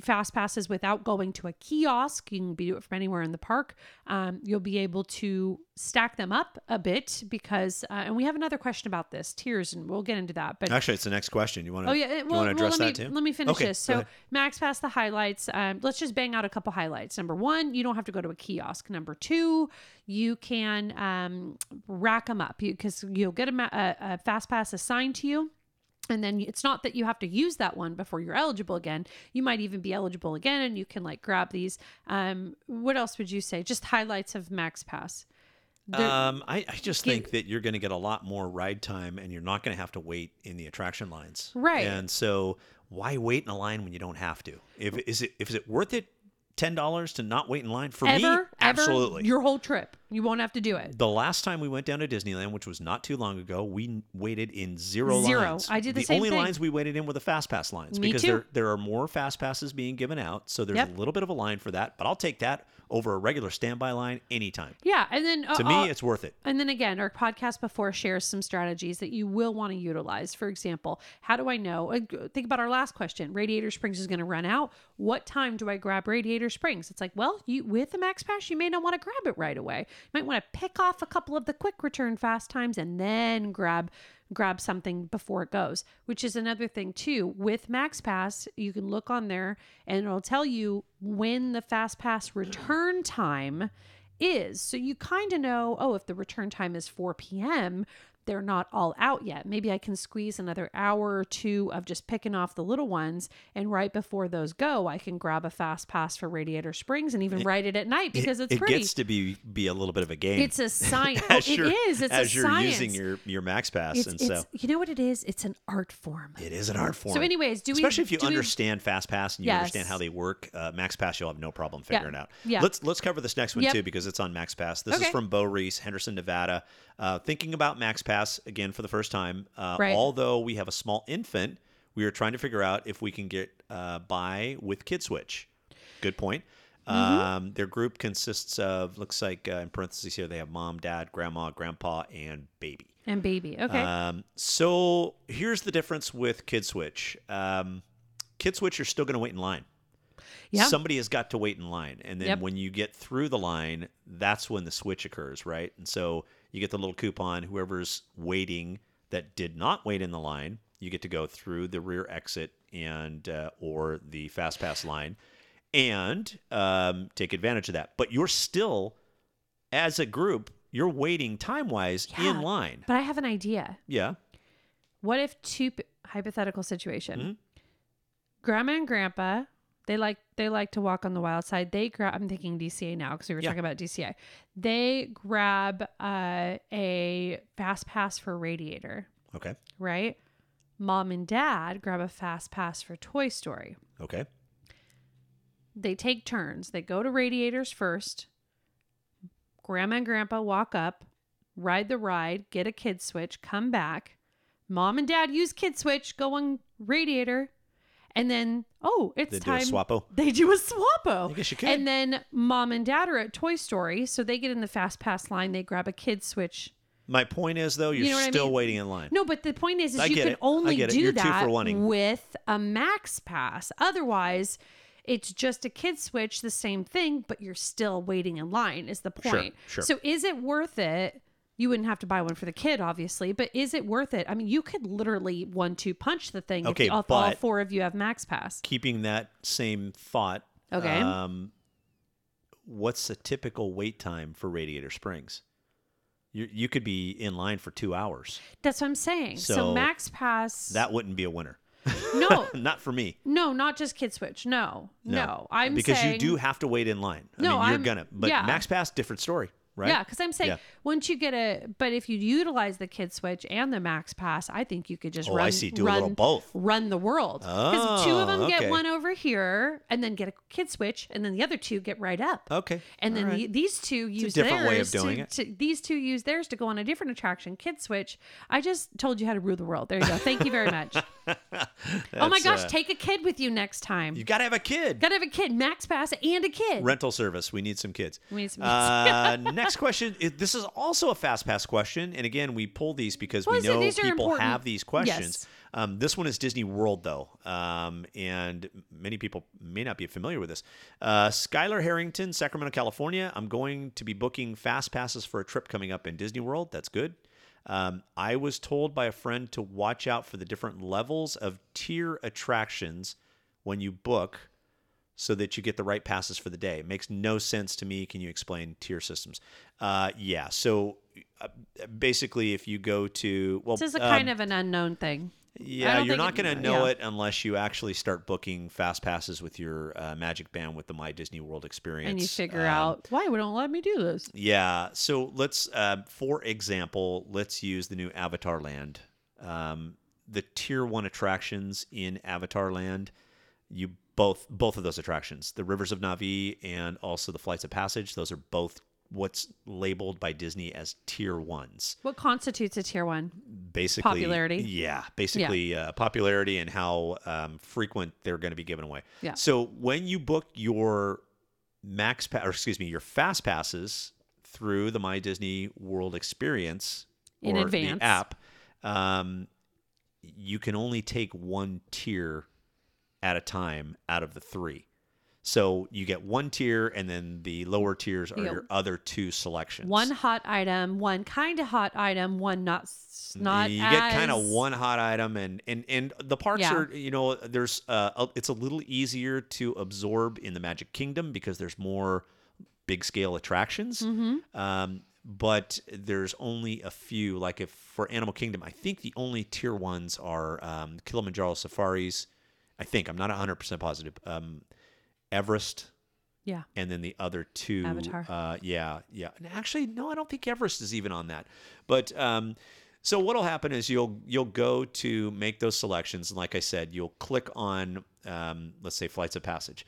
Speaker 3: fast passes without going to a kiosk you can be do it from anywhere in the park um, you'll be able to stack them up a bit because uh, and we have another question about this tiers and we'll get into that but
Speaker 2: Actually, it's the next question. You want to
Speaker 3: Oh yeah,
Speaker 2: you
Speaker 3: it- well,
Speaker 2: want to
Speaker 3: well,
Speaker 2: address
Speaker 3: let me
Speaker 2: that too?
Speaker 3: let me finish
Speaker 2: Okay,
Speaker 3: this.
Speaker 2: go
Speaker 3: So
Speaker 2: ahead.
Speaker 3: Max passed the highlights. Um, let's just bang out a couple highlights. Number one, you don't have to go to a kiosk. Number two, you can um, rack them up because you'll get a, ma- a, a fast pass assigned to you. And then it's not that you have to use that one before you're eligible again. You might even be eligible again, and you can like grab these. Um, what else would you say? Just highlights of Max Pass. There-
Speaker 2: Um, I, I just
Speaker 3: Give-
Speaker 2: think that you're going to get a lot more ride time and you're not going to have to wait in the attraction lines.
Speaker 3: Right.
Speaker 2: And so why wait in a line when you don't have to? If is it if is it worth it $10 to not wait in line for
Speaker 3: ever,
Speaker 2: me?
Speaker 3: ever,
Speaker 2: Absolutely.
Speaker 3: your whole trip, you won't have to do it.
Speaker 2: the last time we went down to Disneyland, which was not too long ago, we n- waited in zero,
Speaker 3: Zero.
Speaker 2: lines.
Speaker 3: I did the same
Speaker 2: only
Speaker 3: thing.
Speaker 2: lines we waited in were the fast pass lines
Speaker 3: Me
Speaker 2: because
Speaker 3: too.
Speaker 2: there there are more fast passes being given out, so there's
Speaker 3: Yep.
Speaker 2: a little bit of a line for that. But I'll take that over a regular standby line anytime.
Speaker 3: Yeah, and then uh,
Speaker 2: To
Speaker 3: uh,
Speaker 2: me, it's worth it.
Speaker 3: And then again, our podcast before shares some strategies that you will want to utilize. For example, how do I know? uh, Think about our last question. Radiator Springs is going to run out. What time do I grab Radiator Springs? It's like, well, you with the Max Pass, you may not want to grab it right away. You might want to pick off a couple of the quick return fast times and then grab grab something before it goes, which is another thing too. With Max Pass, you can look on there and it'll tell you when the fast pass return time is. So you kind of know, oh, if the return time is 4 p.m., they're not all out yet. Maybe I can squeeze another hour or two of just picking off the little ones. And right before those go, I can grab a fast pass for Radiator Springs and even ride it at night because
Speaker 2: it,
Speaker 3: it's
Speaker 2: it
Speaker 3: pretty.
Speaker 2: gets to be be a little bit of a game.
Speaker 3: it's a science.
Speaker 2: as
Speaker 3: it
Speaker 2: you're,
Speaker 3: is. It's
Speaker 2: as
Speaker 3: a
Speaker 2: you're
Speaker 3: science.
Speaker 2: using your your Max Pass,
Speaker 3: it's,
Speaker 2: and
Speaker 3: it's,
Speaker 2: so
Speaker 3: you know what it is? It's an art form.
Speaker 2: it is an art form.
Speaker 3: So, anyways, do we
Speaker 2: especially if you
Speaker 3: do we-
Speaker 2: understand Fast Pass and you understand
Speaker 3: Yes.
Speaker 2: how they work, uh, Max Pass, you'll have no problem
Speaker 3: Yeah.
Speaker 2: figuring it out.
Speaker 3: Yeah.
Speaker 2: Let's let's cover this next one
Speaker 3: Yep.
Speaker 2: too because it's on Max Pass. This
Speaker 3: Okay.
Speaker 2: is from Bo Reese, Henderson, Nevada. Uh, thinking about Max Pass again for the first time. Uh,
Speaker 3: Right.
Speaker 2: Although we have a small infant, we are trying to figure out if we can get uh, by with Kid Switch. Good point.
Speaker 3: Mm-hmm.
Speaker 2: Um, their group consists of looks like uh, in parentheses here they have mom, dad, grandma, grandpa, and baby.
Speaker 3: and baby. Okay.
Speaker 2: Um, so here's the difference with Kid Switch. Um, Kid Switch, you're still going to wait in line.
Speaker 3: Yeah.
Speaker 2: Somebody has got to wait in line. And then
Speaker 3: Yep.
Speaker 2: when you get through the line, that's when the switch occurs, right? And so you get the little coupon. Whoever's waiting that did not wait in the line, you get to go through the rear exit and uh, or the fast pass line, and um, take advantage of that. But you're still, as a group, you're waiting time wise in
Speaker 3: Yeah.
Speaker 2: line.
Speaker 3: But I have an idea.
Speaker 2: Yeah.
Speaker 3: What if two p- hypothetical situation? Grandma and grandpa, they like they like to walk on the wild side. They grab. I'm thinking DCA now because we were
Speaker 2: Yeah.
Speaker 3: talking about DCA. They grab uh, a fast pass for radiator,
Speaker 2: Okay.
Speaker 3: right? Mom and dad grab a fast pass for Toy Story.
Speaker 2: Okay.
Speaker 3: They take turns. They go to radiators first. Grandma and grandpa walk up, ride the ride, get a kid switch, come back. Mom and dad use kid switch, go on radiator. And then, oh, it's
Speaker 2: They do a
Speaker 3: time.
Speaker 2: swappo.
Speaker 3: They do a swappo.
Speaker 2: I guess you could.
Speaker 3: And then mom and dad are at Toy Story, so they get in the fast pass line. They grab a kid switch.
Speaker 2: My point is though, you're
Speaker 3: You know what I
Speaker 2: still
Speaker 3: mean?
Speaker 2: waiting in line.
Speaker 3: No, but the point is, is
Speaker 2: I
Speaker 3: you
Speaker 2: get
Speaker 3: can
Speaker 2: it. I
Speaker 3: only
Speaker 2: get it.
Speaker 3: do
Speaker 2: You're two for
Speaker 3: that
Speaker 2: wanting.
Speaker 3: with a max pass. Otherwise, it's just a kid switch, the same thing, but you're still waiting in line. Is the point?
Speaker 2: sure.
Speaker 3: So is it worth it? You wouldn't have to buy one for the kid, obviously, but is it worth it? I mean, you could literally one-two punch the thing
Speaker 2: Okay,
Speaker 3: if, the, if all
Speaker 2: but-
Speaker 3: four of you have max pass.
Speaker 2: Keeping that same thought.
Speaker 3: Okay.
Speaker 2: Um, what's a typical wait time for Radiator Springs? You you could be in line for two hours.
Speaker 3: That's what I'm saying. So,
Speaker 2: So,
Speaker 3: max pass.
Speaker 2: That wouldn't be a winner.
Speaker 3: no,
Speaker 2: Not for me.
Speaker 3: no, not just kid switch. No, no. I'm
Speaker 2: because
Speaker 3: saying,
Speaker 2: you do have to wait in line. I
Speaker 3: No,
Speaker 2: mean, you're
Speaker 3: I'm-
Speaker 2: gonna. But
Speaker 3: yeah.
Speaker 2: Max Pass, different story, right?
Speaker 3: Yeah, because I'm saying
Speaker 2: Yeah.
Speaker 3: once you get a, but if you utilize the kid switch and the max pass, I think you could just
Speaker 2: Oh, I
Speaker 3: run.
Speaker 2: see. Do a
Speaker 3: run-
Speaker 2: little both.
Speaker 3: Run the world because two of
Speaker 2: Oh,
Speaker 3: them
Speaker 2: okay.
Speaker 3: get one over here and then get a kid switch, and then the other two get right up.
Speaker 2: Okay.
Speaker 3: And then
Speaker 2: All right.
Speaker 3: the, these two use
Speaker 2: different
Speaker 3: theirs
Speaker 2: way of doing
Speaker 3: to,
Speaker 2: it.
Speaker 3: to- these two use theirs to go on a different attraction, kid switch. I just told you how to rule the world. There you go. Thank you very much. oh my
Speaker 2: That's,
Speaker 3: gosh,
Speaker 2: uh,
Speaker 3: take a kid with you next time.
Speaker 2: you gotta have a kid.
Speaker 3: Gotta have a kid, max pass, and a kid.
Speaker 2: Rental service. We need some kids.
Speaker 3: We need some
Speaker 2: uh, next question. i- This is also a fast pass question, and again, we pull these because
Speaker 3: Well, I
Speaker 2: we
Speaker 3: said
Speaker 2: know
Speaker 3: these are
Speaker 2: people
Speaker 3: important.
Speaker 2: have these questions.
Speaker 3: Yes.
Speaker 2: Um, this one is Disney World, though, um, and many people may not be familiar with this. Uh, Skylar Harrington, Sacramento, California. I'm going to be booking fast passes for a trip coming up in Disney World. That's good. Um, I was told by a friend to watch out for the different levels of tier attractions when you book so that you get the right passes for the day. It makes no sense to me. Can you explain tier systems? Uh, yeah. So uh, basically, if you go to well,
Speaker 3: This is a
Speaker 2: um,
Speaker 3: kind of an unknown thing. I
Speaker 2: yeah,
Speaker 3: don't
Speaker 2: you're not
Speaker 3: think it-
Speaker 2: going to know
Speaker 3: yeah.
Speaker 2: it unless you actually start booking fast passes with your uh, Magic Band with the My Disney World experience.
Speaker 3: and you figure
Speaker 2: Um,
Speaker 3: out why would don't let me do this.
Speaker 2: Yeah. So let's, uh, for example, let's use the new Avatar Land. Um, the tier one attractions in Avatar Land, you both both of those attractions, the Rivers of Navi and also the Flights of Passage, those are both what's labeled by Disney as tier ones.
Speaker 3: What constitutes a tier one?
Speaker 2: Basically,
Speaker 3: Popularity.
Speaker 2: Yeah, basically Uh, popularity and how um, frequent they're going to be given away.
Speaker 3: Yeah.
Speaker 2: So when you book your max pass, or excuse me, your fast passes through the My Disney World Experience
Speaker 3: In
Speaker 2: or
Speaker 3: advance.
Speaker 2: the app, um, you can only take one tier at a time out of the three. So you get one tier, and then the lower tiers are
Speaker 3: You get
Speaker 2: your other two selections.
Speaker 3: One hot item, one kind of hot item, one not s- not.
Speaker 2: you get kind of
Speaker 3: as-
Speaker 2: one hot item and and and the parks
Speaker 3: Yeah.
Speaker 2: are you know there's uh a- it's a little easier to absorb in the magic kingdom because there's more big scale attractions
Speaker 3: Mm-hmm.
Speaker 2: um but there's only a few like if for animal kingdom i think the only tier ones are um kilimanjaro safaris i think i'm not 100% positive um everest
Speaker 3: Yeah,
Speaker 2: and then the other two
Speaker 3: Avatar.
Speaker 2: uh yeah yeah and actually no i don't think everest is even on that but um so what'll happen is you'll you'll go to make those selections and like i said you'll click on um, let's say flights of passage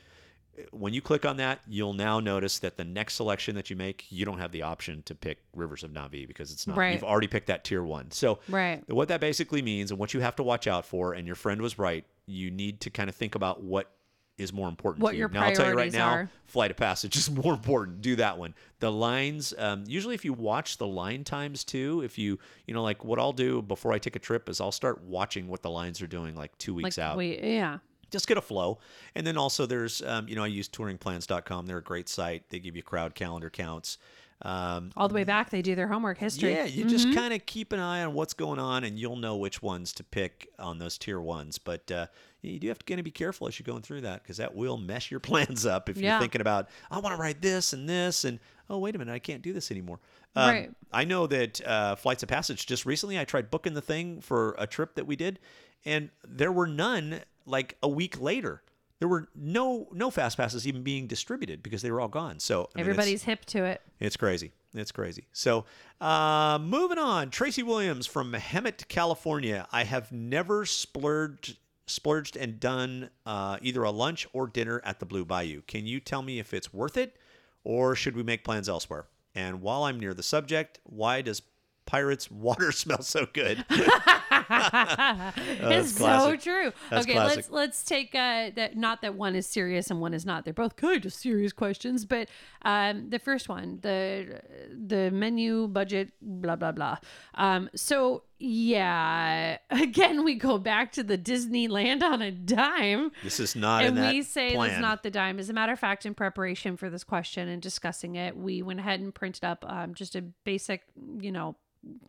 Speaker 2: when you click on that you'll now notice that the next selection that you make you don't have the option to pick rivers of navi because it's not
Speaker 3: Right.
Speaker 2: you've already picked that tier one so
Speaker 3: Right.
Speaker 2: what that basically means and what you have to watch out for and your friend was right you need to kind of think about what is more important
Speaker 3: What
Speaker 2: to you.
Speaker 3: your
Speaker 2: now i'll tell you right
Speaker 3: priorities
Speaker 2: now
Speaker 3: are.
Speaker 2: flight of passage is more important do that one the lines um, usually if you watch the line times too if you you know like what i'll do before i take a trip is i'll start watching what the lines are doing like two
Speaker 3: like
Speaker 2: weeks out
Speaker 3: we yeah.
Speaker 2: just get a flow. And then also there's, um, you know, I use touringplans.com. They're a great site. They give you crowd calendar counts. Um,
Speaker 3: All the way back, they do their homework history. Mm-hmm.
Speaker 2: yeah, you just kind of keep an eye on what's going on, and you'll know which ones to pick on those tier ones. But uh, you do have to kind of be careful as you're going through that because that will mess your plans up if you're
Speaker 3: Yeah.
Speaker 2: thinking about I want to write this and this, and oh wait a minute, I can't do this anymore. Um,
Speaker 3: Right.
Speaker 2: I know that uh, Flights of Passage just recently, I tried booking the thing for a trip that we did, and there were none like a week later. There were no no fast passes even being distributed because they were all gone. So I mean, it's-
Speaker 3: Everybody's hip to it.
Speaker 2: it's crazy. It's crazy. So, uh, moving on, Tracy Williams from Hemet, California. I have never splurged, splurged and done uh, either a lunch or dinner at the Blue Bayou. Can you tell me if it's worth it, or should we make plans elsewhere? And while I'm near the subject, why does Pirates water smell so good?
Speaker 3: it's so
Speaker 2: classic.
Speaker 3: true.
Speaker 2: That's
Speaker 3: okay,
Speaker 2: classic.
Speaker 3: let's let's take uh, that. Not that one is serious and one is not. They're both kind of serious questions, but um, the first one, the the menu budget, blah blah blah. Um, so yeah, again we go back to the Disneyland on a dime.
Speaker 2: this is not in
Speaker 3: and
Speaker 2: that
Speaker 3: we say
Speaker 2: plan.
Speaker 3: that's not the dime. As a matter of fact, in preparation for this question and discussing it, we went ahead and printed up um, just a basic, you know,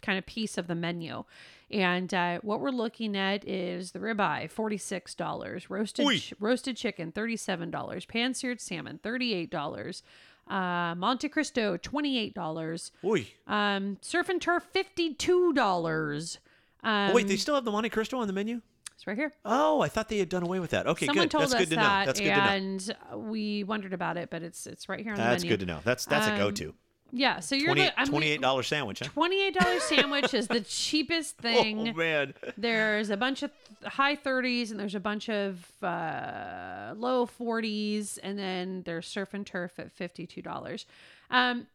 Speaker 3: kind of piece of the menu. And uh, what we're looking at is the ribeye, forty six dollars, roasted
Speaker 2: Oi.
Speaker 3: ch- roasted chicken, thirty seven dollars, pan seared salmon, thirty eight dollars, uh, Monte Cristo, twenty eight dollars,
Speaker 2: Oy.
Speaker 3: um, surf and turf, fifty two dollars. Um,
Speaker 2: Oh, wait, they still have the Monte Cristo on the menu?
Speaker 3: it's right here.
Speaker 2: Oh, I thought they had done away with that. Okay,
Speaker 3: Someone
Speaker 2: good.
Speaker 3: told
Speaker 2: That's
Speaker 3: us
Speaker 2: good to
Speaker 3: that,
Speaker 2: know. That's good to know.
Speaker 3: and we wondered about it, but it's it's right here on
Speaker 2: That's
Speaker 3: the menu.
Speaker 2: good to know. That's that's a
Speaker 3: Um,
Speaker 2: go-to.
Speaker 3: Yeah, so you're
Speaker 2: 20,
Speaker 3: look- I'm
Speaker 2: $28 dollar sandwich, huh?
Speaker 3: Twenty-eight dollar sandwich is the cheapest thing.
Speaker 2: Oh man.
Speaker 3: There's a bunch of th- high thirties, and there's a bunch of uh, low forties, and then there's surf and turf at fifty-two dollars. Um,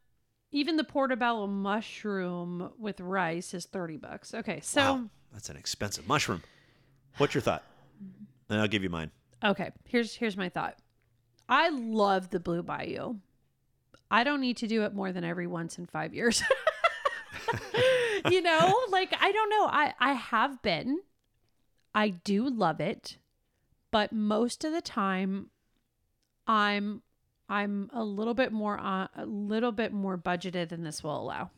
Speaker 3: even the portobello mushroom with rice is thirty bucks. Okay, so.
Speaker 2: Wow, that's an expensive mushroom. What's your thought? And I'll give you mine.
Speaker 3: Okay, here's here's my thought. I love the Blue Bayou. I don't need to do it more than every once in 5 years. you know, like I don't know. I I have been. I do love it, but most of the time I'm I'm a little bit more uh, a little bit more budgeted than this will allow.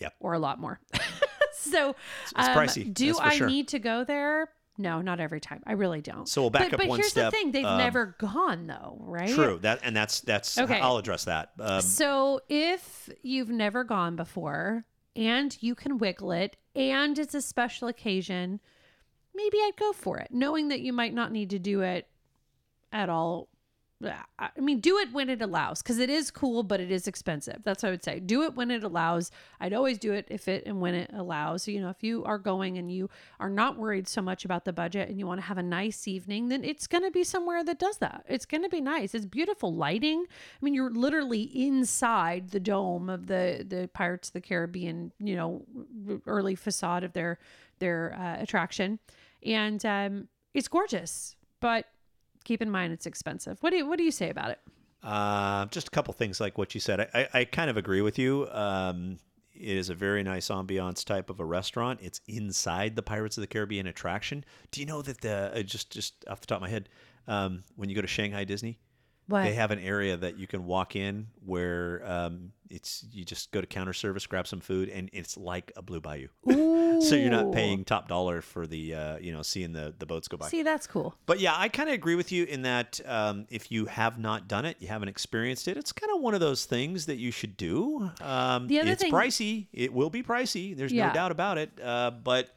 Speaker 2: Yep.
Speaker 3: Or a lot more. so um,
Speaker 2: it's pricey,
Speaker 3: do
Speaker 2: that's for
Speaker 3: I
Speaker 2: sure.
Speaker 3: need to go there? No, not every time. I really don't.
Speaker 2: So we'll back
Speaker 3: but,
Speaker 2: up
Speaker 3: but
Speaker 2: one
Speaker 3: here's
Speaker 2: step.
Speaker 3: the thing: they've
Speaker 2: Um,
Speaker 3: never gone though, right?
Speaker 2: True. That and that's that's
Speaker 3: Okay.
Speaker 2: I'll address that. Um,
Speaker 3: So if you've never gone before and you can wiggle it, and it's a special occasion, maybe I'd go for it, knowing that you might not need to do it at all. I mean, do it when it allows, because it is cool, but it is expensive. That's what I would say. Do it when it allows. I'd always do it if it and when it allows. So, you know, if you are going and you are not worried so much about the budget and you want to have a nice evening, then it's going to be somewhere that does that. It's going to be nice. It's beautiful lighting. I mean, you're literally inside the dome of the the Pirates of the Caribbean, you know, early facade of their their uh, attraction, and um, it's gorgeous. But keep in mind it's expensive. What do you, what do you say about it?
Speaker 2: Uh, just a couple things like what you said. I, I, I kind of agree with you. Um, it is a very nice ambiance type of a restaurant. It's inside the Pirates of the Caribbean attraction. Do you know that the uh, just just off the top of my head, um, when you go to Shanghai Disney,
Speaker 3: What?
Speaker 2: they have an area that you can walk in where um, it's you just go to counter service, grab some food, and it's like a Blue Bayou. so you're not paying top dollar for the uh, you know seeing the the boats go by.
Speaker 3: See, that's cool.
Speaker 2: But yeah, I kind of agree with you in that um, if you have not done it, you haven't experienced it. It's kind of one of those things that you should do. Um,
Speaker 3: The other
Speaker 2: it's
Speaker 3: thing-
Speaker 2: pricey. It will be pricey. There's
Speaker 3: Yeah.
Speaker 2: no doubt about it. Uh, but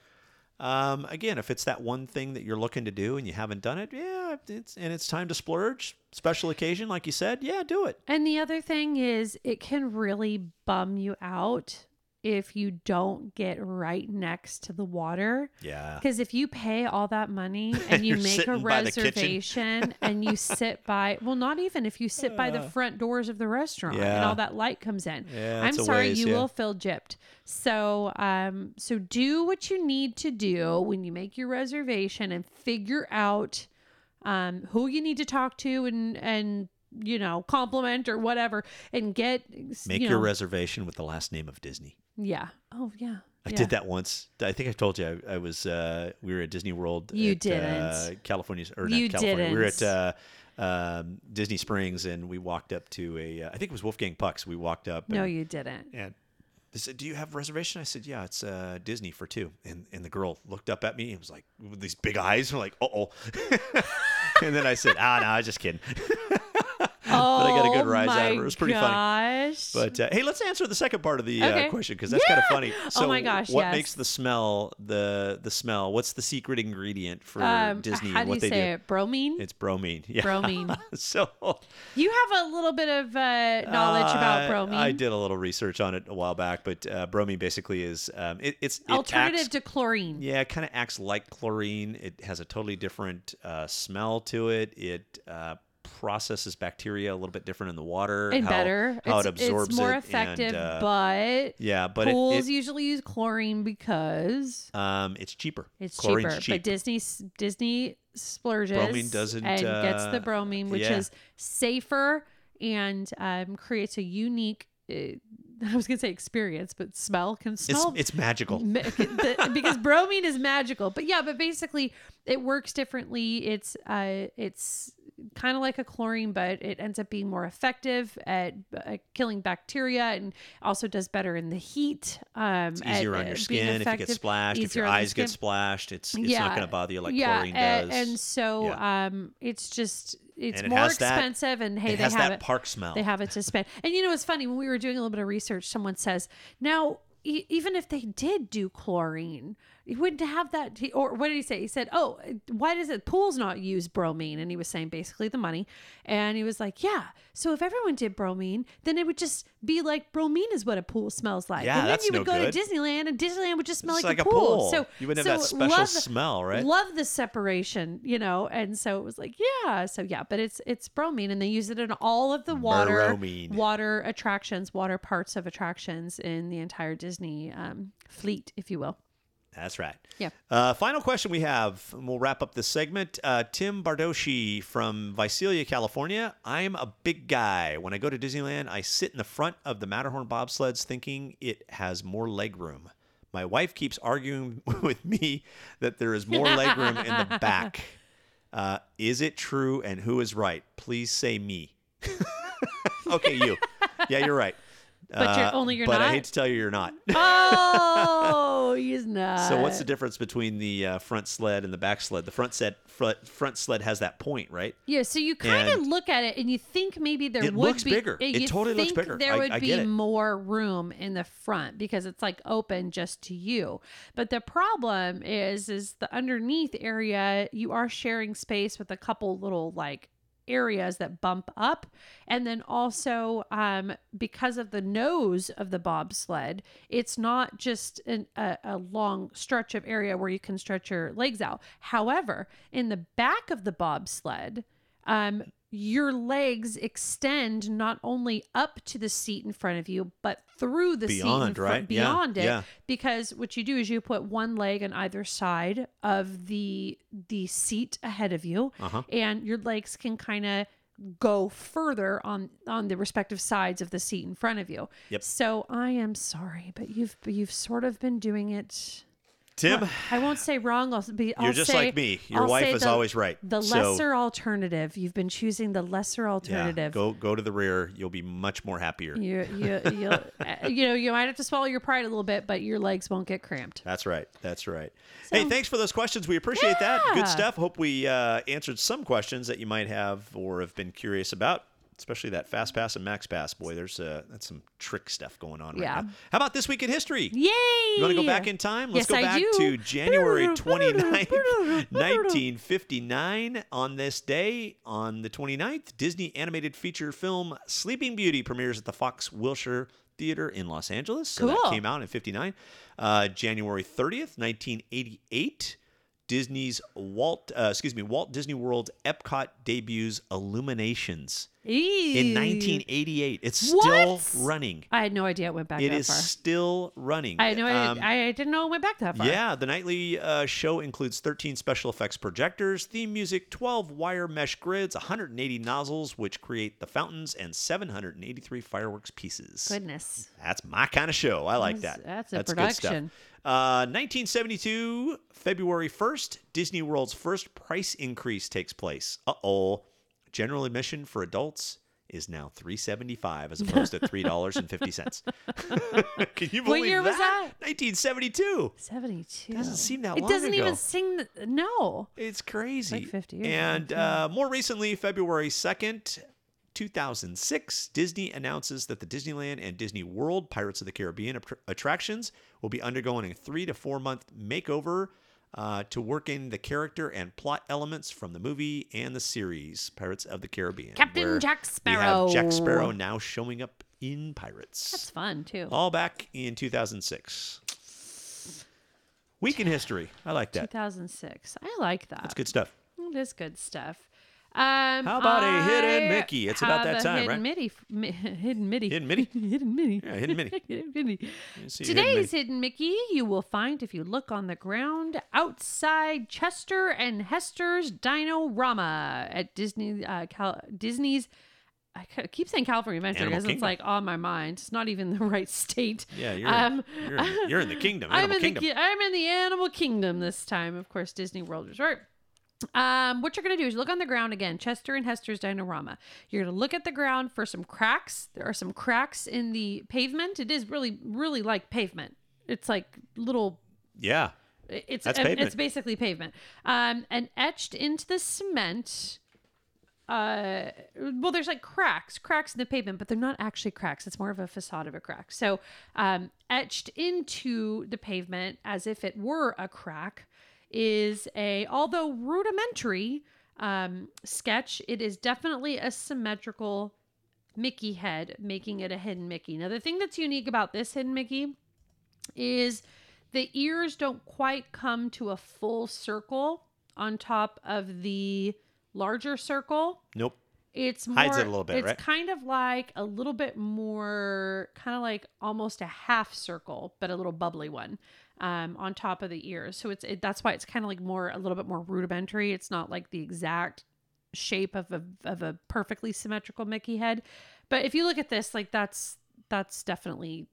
Speaker 2: um, again, if it's that one thing that you're looking to do and you haven't done it, yeah, it's and it's time to splurge. Special occasion, like you said, yeah, do it.
Speaker 3: And the other thing is, it can really bum you out if you don't get right next to the water.
Speaker 2: Yeah.
Speaker 3: Because if you pay all that money and you
Speaker 2: You're
Speaker 3: make a
Speaker 2: sitting by the kitchen.
Speaker 3: reservation and you sit by, well, not even if you sit by the front doors of the restaurant and
Speaker 2: Yeah.
Speaker 3: all that light comes in.
Speaker 2: Yeah,
Speaker 3: I'm
Speaker 2: it's a
Speaker 3: sorry,
Speaker 2: ways,
Speaker 3: you
Speaker 2: yeah.
Speaker 3: will feel gypped. So, um, so do what you need to do when you make your reservation and figure out um, who you need to talk to and and you know compliment or whatever and get
Speaker 2: Make
Speaker 3: you
Speaker 2: your
Speaker 3: know-
Speaker 2: reservation with the last name of Disney.
Speaker 3: yeah. Oh yeah.
Speaker 2: I did that once. I think I told you I, I was. Uh, we were at Disney World.
Speaker 3: You
Speaker 2: at, Uh,
Speaker 3: didn't.
Speaker 2: California's or not
Speaker 3: You
Speaker 2: California. We were at
Speaker 3: didn't.
Speaker 2: uh, um, Disney Springs, and we walked up to a. Uh, I think it was Wolfgang Puck's. We walked up.
Speaker 3: No,
Speaker 2: and,
Speaker 3: you didn't.
Speaker 2: and they said, "Do you have a reservation?" I said, "Yeah, it's uh, Disney for two. And and the girl looked up at me and was like, with these big eyes, were like, "Uh oh." and then I said, "Ah, no, I was just kidding."
Speaker 3: Oh,
Speaker 2: I got a good rise out of her. It was pretty funny.
Speaker 3: gosh.
Speaker 2: But uh, hey, let's answer the second part of the
Speaker 3: Okay.
Speaker 2: uh, question because that's kind of
Speaker 3: Yeah.
Speaker 2: funny.
Speaker 3: Oh
Speaker 2: So
Speaker 3: my gosh,
Speaker 2: What
Speaker 3: yes.
Speaker 2: makes the smell the the smell? What's the secret ingredient for
Speaker 3: um,
Speaker 2: Disney?
Speaker 3: how
Speaker 2: and
Speaker 3: do
Speaker 2: what
Speaker 3: you
Speaker 2: they
Speaker 3: say
Speaker 2: do?
Speaker 3: it? Bromine.
Speaker 2: It's bromine. Yeah.
Speaker 3: Bromine.
Speaker 2: so
Speaker 3: you have a little bit of uh, knowledge
Speaker 2: uh,
Speaker 3: about bromine.
Speaker 2: I did a little research on it a while back, but uh, bromine basically is um, it, it's it
Speaker 3: Alternative
Speaker 2: acts-
Speaker 3: to chlorine.
Speaker 2: Yeah, it kind of acts like chlorine. It has a totally different uh, smell to it. It uh, processes bacteria a little bit different in the water.
Speaker 3: And
Speaker 2: how,
Speaker 3: better.
Speaker 2: How
Speaker 3: it's,
Speaker 2: it absorbs
Speaker 3: it's more
Speaker 2: it
Speaker 3: effective,
Speaker 2: And, uh,
Speaker 3: but
Speaker 2: yeah, but it-
Speaker 3: pools
Speaker 2: it,
Speaker 3: usually use chlorine because
Speaker 2: um, it's cheaper.
Speaker 3: it's
Speaker 2: Chlorine's
Speaker 3: cheaper. But
Speaker 2: cheap.
Speaker 3: Disney s- Disney splurges
Speaker 2: Bromine doesn't,
Speaker 3: and gets the
Speaker 2: uh,
Speaker 3: bromine, which
Speaker 2: yeah.
Speaker 3: is safer and um, creates a unique. Uh, I was gonna say experience, but smell can
Speaker 2: it's,
Speaker 3: smell
Speaker 2: it's magical.
Speaker 3: Ma- the- because bromine is magical. But yeah, but basically it works differently. It's uh it's kind of like a chlorine, but it ends up being more effective at uh, killing bacteria and also does better in the heat. Um
Speaker 2: It's easier
Speaker 3: at,
Speaker 2: on
Speaker 3: uh,
Speaker 2: your
Speaker 3: being
Speaker 2: skin if you get
Speaker 3: effective,
Speaker 2: splashed. If
Speaker 3: easier
Speaker 2: your
Speaker 3: on the
Speaker 2: eyes get
Speaker 3: skin.
Speaker 2: splashed, it's it's not going to bother you like
Speaker 3: yeah,
Speaker 2: chlorine
Speaker 3: a-
Speaker 2: does.
Speaker 3: And so um it's just it's more expensive and hey
Speaker 2: it
Speaker 3: they
Speaker 2: has
Speaker 3: have
Speaker 2: that
Speaker 3: it.
Speaker 2: park smell.
Speaker 3: They have it to spend. And you know, it's funny when we were doing a little bit of research, someone says, now, e- even if they did do chlorine, you wouldn't have that. he- Or what did he say? He said, oh, why does it pools not use bromine? And he was saying basically the money. And he was like, yeah. So if everyone did bromine, then it would just be like bromine is what a pool smells like.
Speaker 2: Yeah,
Speaker 3: and then
Speaker 2: that's
Speaker 3: you would
Speaker 2: no
Speaker 3: go
Speaker 2: good.
Speaker 3: to Disneyland and Disneyland would just smell
Speaker 2: It's
Speaker 3: like,
Speaker 2: like
Speaker 3: a
Speaker 2: a
Speaker 3: pool.
Speaker 2: pool.
Speaker 3: So
Speaker 2: You wouldn't have that
Speaker 3: so
Speaker 2: special
Speaker 3: love-
Speaker 2: smell, right?
Speaker 3: Love the separation, you know. And so it was like, yeah. So yeah, but it's it's bromine and they use it in all of the water
Speaker 2: Bromine.
Speaker 3: water attractions, water parts of attractions in the entire Disney um, fleet, if you will.
Speaker 2: That's right.
Speaker 3: Yeah.
Speaker 2: Uh, final question we have, and we'll wrap up this segment. Uh, Tim Bardoshi from Visalia, California. I'm a big guy. When I go to Disneyland, I sit in the front of the Matterhorn bobsleds thinking it has more legroom. My wife keeps arguing with me that there is more legroom in the back. Uh, is it true and who is right? Please say me. okay, you. Yeah, you're right. Uh,
Speaker 3: But you're- only you're
Speaker 2: but I
Speaker 3: not?
Speaker 2: hate to tell you, you're not.
Speaker 3: Oh, he's not.
Speaker 2: So what's the difference between the uh, front sled and the back sled? The front sled front, front sled has that point, right?
Speaker 3: Yeah, so you kind of
Speaker 2: And-
Speaker 3: look at it and you think maybe there
Speaker 2: It
Speaker 3: would
Speaker 2: looks
Speaker 3: be
Speaker 2: bigger.
Speaker 3: yeah,
Speaker 2: It
Speaker 3: you
Speaker 2: totally looks
Speaker 3: think
Speaker 2: bigger.
Speaker 3: There
Speaker 2: I-
Speaker 3: would
Speaker 2: I
Speaker 3: be
Speaker 2: get it.
Speaker 3: more room in the front because it's like open just to you. But the problem is is the underneath area you are sharing space with a couple little like areas that bump up and then also um, because of the nose of the bobsled it's not just an, a, a long stretch of area where you can stretch your legs out however in the back of the bobsled um, your legs extend not only up to the seat in front of you but through the seat in
Speaker 2: Beyond,
Speaker 3: front-
Speaker 2: right? Yeah,
Speaker 3: beyond it
Speaker 2: yeah.
Speaker 3: because what you do is you put one leg on either side of the the seat ahead of you
Speaker 2: Uh-huh.
Speaker 3: and your legs can kind of go further on on the respective sides of the seat in front of you
Speaker 2: Yep.
Speaker 3: so i am sorry but you've you've sort of been doing it
Speaker 2: Tim,
Speaker 3: i won't say wrong i'll be I'll
Speaker 2: you're just
Speaker 3: say-
Speaker 2: like me. Your
Speaker 3: I'll say
Speaker 2: wife is
Speaker 3: the-
Speaker 2: always right.
Speaker 3: the
Speaker 2: So,
Speaker 3: lesser alternative you've been choosing the lesser
Speaker 2: yeah,
Speaker 3: alternative
Speaker 2: go go to the rear. You'll be much more happier.
Speaker 3: you you you'll, uh, you know you might have to swallow your pride a little bit but your legs won't get cramped
Speaker 2: That's right. That's right. hey, thanks for those questions. We appreciate that.
Speaker 3: Yeah.
Speaker 2: Good stuff. Hope we uh, answered some questions that you might have or have been curious about. Especially that fast pass and max pass. Boy, there's uh, that's some trick stuff going on right
Speaker 3: Yeah.
Speaker 2: now. How about this week in history?
Speaker 3: Yay!
Speaker 2: You want to go back in time? Let's
Speaker 3: Yes,
Speaker 2: go
Speaker 3: I
Speaker 2: back to
Speaker 3: do.
Speaker 2: January 29th, 1959. On this day, on the 29th, Disney animated feature film Sleeping Beauty premieres at the Fox Wilshire Theater in Los Angeles. So
Speaker 3: Cool.
Speaker 2: that came out in 59. Uh, January 30th, 1988. Disney's Walt, uh, excuse me, Walt Disney World's Epcot debuts Illuminations in 1988. It's
Speaker 3: What?
Speaker 2: still running.
Speaker 3: I had no idea it went back
Speaker 2: It
Speaker 3: that
Speaker 2: is
Speaker 3: far.
Speaker 2: still running.
Speaker 3: I had no idea.
Speaker 2: Um,
Speaker 3: I didn't know it went back that far.
Speaker 2: yeah, the nightly uh, show includes 13 special effects projectors, theme music, 12 wire mesh grids, 180 nozzles, which create the fountains, and 783 fireworks pieces.
Speaker 3: Goodness.
Speaker 2: That's my kind of show. I like
Speaker 3: That's-
Speaker 2: that.
Speaker 3: that's a
Speaker 2: good stuff.
Speaker 3: production.
Speaker 2: Uh, 1972, February 1st, Disney World's first price increase takes place. Uh oh. General admission for adults is now three seventy five as opposed to three dollars and fifty cents. Can you believe
Speaker 3: year was that?
Speaker 2: Nineteen seventy two.
Speaker 3: 72.
Speaker 2: Doesn't seem that
Speaker 3: It
Speaker 2: long
Speaker 3: doesn't
Speaker 2: ago.
Speaker 3: even sing. The, no.
Speaker 2: It's crazy.
Speaker 3: 50 years ago,
Speaker 2: And uh, more recently, February 2nd, 2006, Disney announces that the Disneyland and Disney World Pirates of the Caribbean attr- attractions will be undergoing a three to four month makeover uh, to work in the character and plot elements from the movie and the series Pirates of the Caribbean.
Speaker 3: Captain
Speaker 2: where
Speaker 3: Jack
Speaker 2: we have
Speaker 3: Sparrow.
Speaker 2: Jack Sparrow now showing up in Pirates.
Speaker 3: That's fun, too.
Speaker 2: All back in 2006. Week in history. I like that.
Speaker 3: 2006. I like that.
Speaker 2: That's good stuff.
Speaker 3: It is good stuff. Um,
Speaker 2: How about a hidden
Speaker 3: I
Speaker 2: Mickey? It's about
Speaker 3: have
Speaker 2: that
Speaker 3: a
Speaker 2: time,
Speaker 3: hidden
Speaker 2: right?
Speaker 3: Midi, f- mi- hidden Midi.
Speaker 2: Hidden Midi?
Speaker 3: hidden Midi.
Speaker 2: Yeah, hidden Midi.
Speaker 3: Hidden Midi.
Speaker 2: see a hidden
Speaker 3: Today's hidden Mickey you will find if you look on the ground outside Chester and Hester's Dinorama at Disney uh, Cal- Disney's. I ca- keep saying California Adventure
Speaker 2: Animal
Speaker 3: because it's
Speaker 2: Kingdom.
Speaker 3: like on my mind. It's not even the right state. Um,
Speaker 2: Yeah, you're, you're, in, you're in the kingdom,
Speaker 3: I'm
Speaker 2: animal
Speaker 3: in
Speaker 2: kingdom.
Speaker 3: the ki- I'm in the animal kingdom this time. Of course, Disney World Resort. Um, what you're gonna do is look on the ground again, Chester and Hester's Dinorama. You're gonna look at the ground for some cracks. There are some cracks in the pavement. It is really, really like pavement. It's like little.
Speaker 2: yeah.
Speaker 3: It's
Speaker 2: That's
Speaker 3: uh,
Speaker 2: pavement.
Speaker 3: it's basically pavement. Um, and etched into the cement. Uh, well, there's like cracks, cracks in the pavement, but they're not actually cracks. It's more of a facade of a crack. So, um, etched into the pavement as if it were a crack is a, although rudimentary, um, sketch. It is definitely a symmetrical Mickey head, making it a hidden Mickey. Now, the thing that's unique about this hidden Mickey is the ears don't quite come to a full circle on top of the larger circle.
Speaker 2: Nope.
Speaker 3: It's more,
Speaker 2: Hides it a little bit,
Speaker 3: It's
Speaker 2: right?
Speaker 3: kind of like a little bit more, kind of like almost a half circle, but a little bubbly one um, on top of the ears. So it's it, that's why it's kind of like more a little bit more rudimentary. It's not like the exact shape of a of a perfectly symmetrical Mickey head. But if you look at this, like that's that's definitely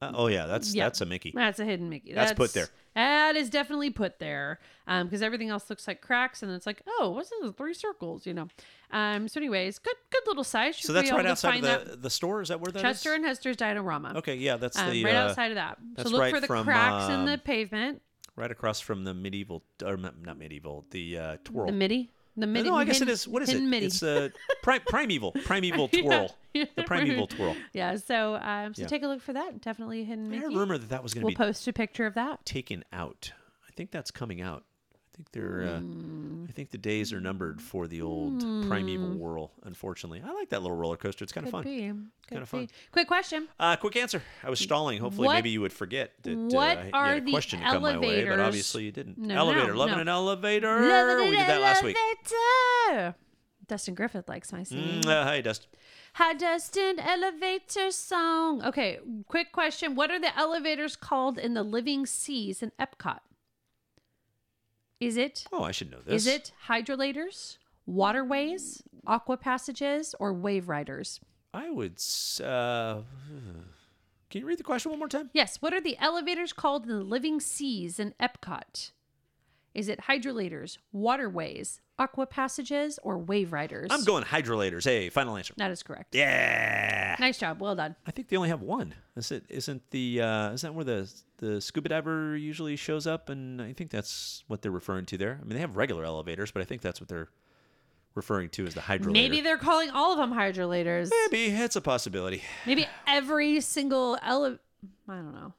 Speaker 2: Uh, oh yeah, that's
Speaker 3: Yeah.
Speaker 2: that's a Mickey.
Speaker 3: that's a hidden Mickey.
Speaker 2: That's put there.
Speaker 3: That is definitely put there because everything else looks like cracks, and it's like, oh, what's in the three circles? You know. Um. So, anyways, good, good little size. Should
Speaker 2: So that's
Speaker 3: be able
Speaker 2: right
Speaker 3: to
Speaker 2: outside
Speaker 3: find
Speaker 2: of
Speaker 3: that.
Speaker 2: the, the store. Is that where that is?
Speaker 3: Chester and Hester's Dinorama.
Speaker 2: Okay, yeah, that's
Speaker 3: Um,
Speaker 2: the
Speaker 3: right
Speaker 2: uh,
Speaker 3: outside of that. So
Speaker 2: that's
Speaker 3: look
Speaker 2: right
Speaker 3: for the
Speaker 2: from,
Speaker 3: cracks in the
Speaker 2: um,
Speaker 3: pavement.
Speaker 2: right across from the medieval or not not medieval, the uh, twirl.
Speaker 3: The midi. The
Speaker 2: no,
Speaker 3: midi.
Speaker 2: no, I guess it
Speaker 3: hidden-
Speaker 2: is. What is it?
Speaker 3: hidden Midi.
Speaker 2: It's uh, a pri- primeval, primeval twirl,
Speaker 3: yeah,
Speaker 2: the primeval
Speaker 3: right.
Speaker 2: twirl.
Speaker 3: yeah. So, um, so
Speaker 2: Yeah.
Speaker 3: take a look for that. Definitely a hidden
Speaker 2: I
Speaker 3: Mickey.
Speaker 2: had a rumor that that was going to
Speaker 3: we'll
Speaker 2: be
Speaker 3: post a picture of that.
Speaker 2: taken out. I think that's coming out. I think they're. Uh,
Speaker 3: Hmm.
Speaker 2: I think the days are numbered for the old primeval whirl. Unfortunately, I like that little roller coaster. It's kind of fun.
Speaker 3: Could be. Could
Speaker 2: kinda fun.
Speaker 3: be. Quick question.
Speaker 2: Uh, quick answer. I was stalling. Hopefully,
Speaker 3: What-
Speaker 2: maybe you would forget that
Speaker 3: what
Speaker 2: uh, I- you
Speaker 3: are
Speaker 2: had a
Speaker 3: the
Speaker 2: question to come my way, but
Speaker 3: elevators-
Speaker 2: obviously you didn't.
Speaker 3: No,
Speaker 2: elevator,
Speaker 3: no,
Speaker 2: loving
Speaker 3: no.
Speaker 2: an elevator. We
Speaker 3: Elevator,
Speaker 2: did that last week.
Speaker 3: elevator. Dustin Griffith likes my singing.
Speaker 2: Mm, uh, hi, Dust.
Speaker 3: Hi, Dustin. Elevator song. Okay, quick question. What are the elevators called in the Living Seas in Epcot? Is it
Speaker 2: Oh, I should know this.
Speaker 3: is it hydrolators, waterways, aqua passages, or wave riders?
Speaker 2: I would. s- Uh, hmm. can you read the question one more time?
Speaker 3: Yes. What are the elevators called in the Living Seas in Epcot? Is it hydrolators, waterways, aqua passages, or wave riders?
Speaker 2: I'm going hydrolators. Hey, final answer.
Speaker 3: That is correct.
Speaker 2: Yeah.
Speaker 3: Nice job. Well done.
Speaker 2: I think they only have one. Is it? Isn't the? Uh, isn't that where the the scuba diver usually shows up? And I think that's what they're referring to there. I mean, they have regular elevators, but I think that's what they're referring to as the hydrolator.
Speaker 3: Maybe they're calling all of them hydrolators.
Speaker 2: Maybe it's a possibility.
Speaker 3: Maybe every single ele. I don't know.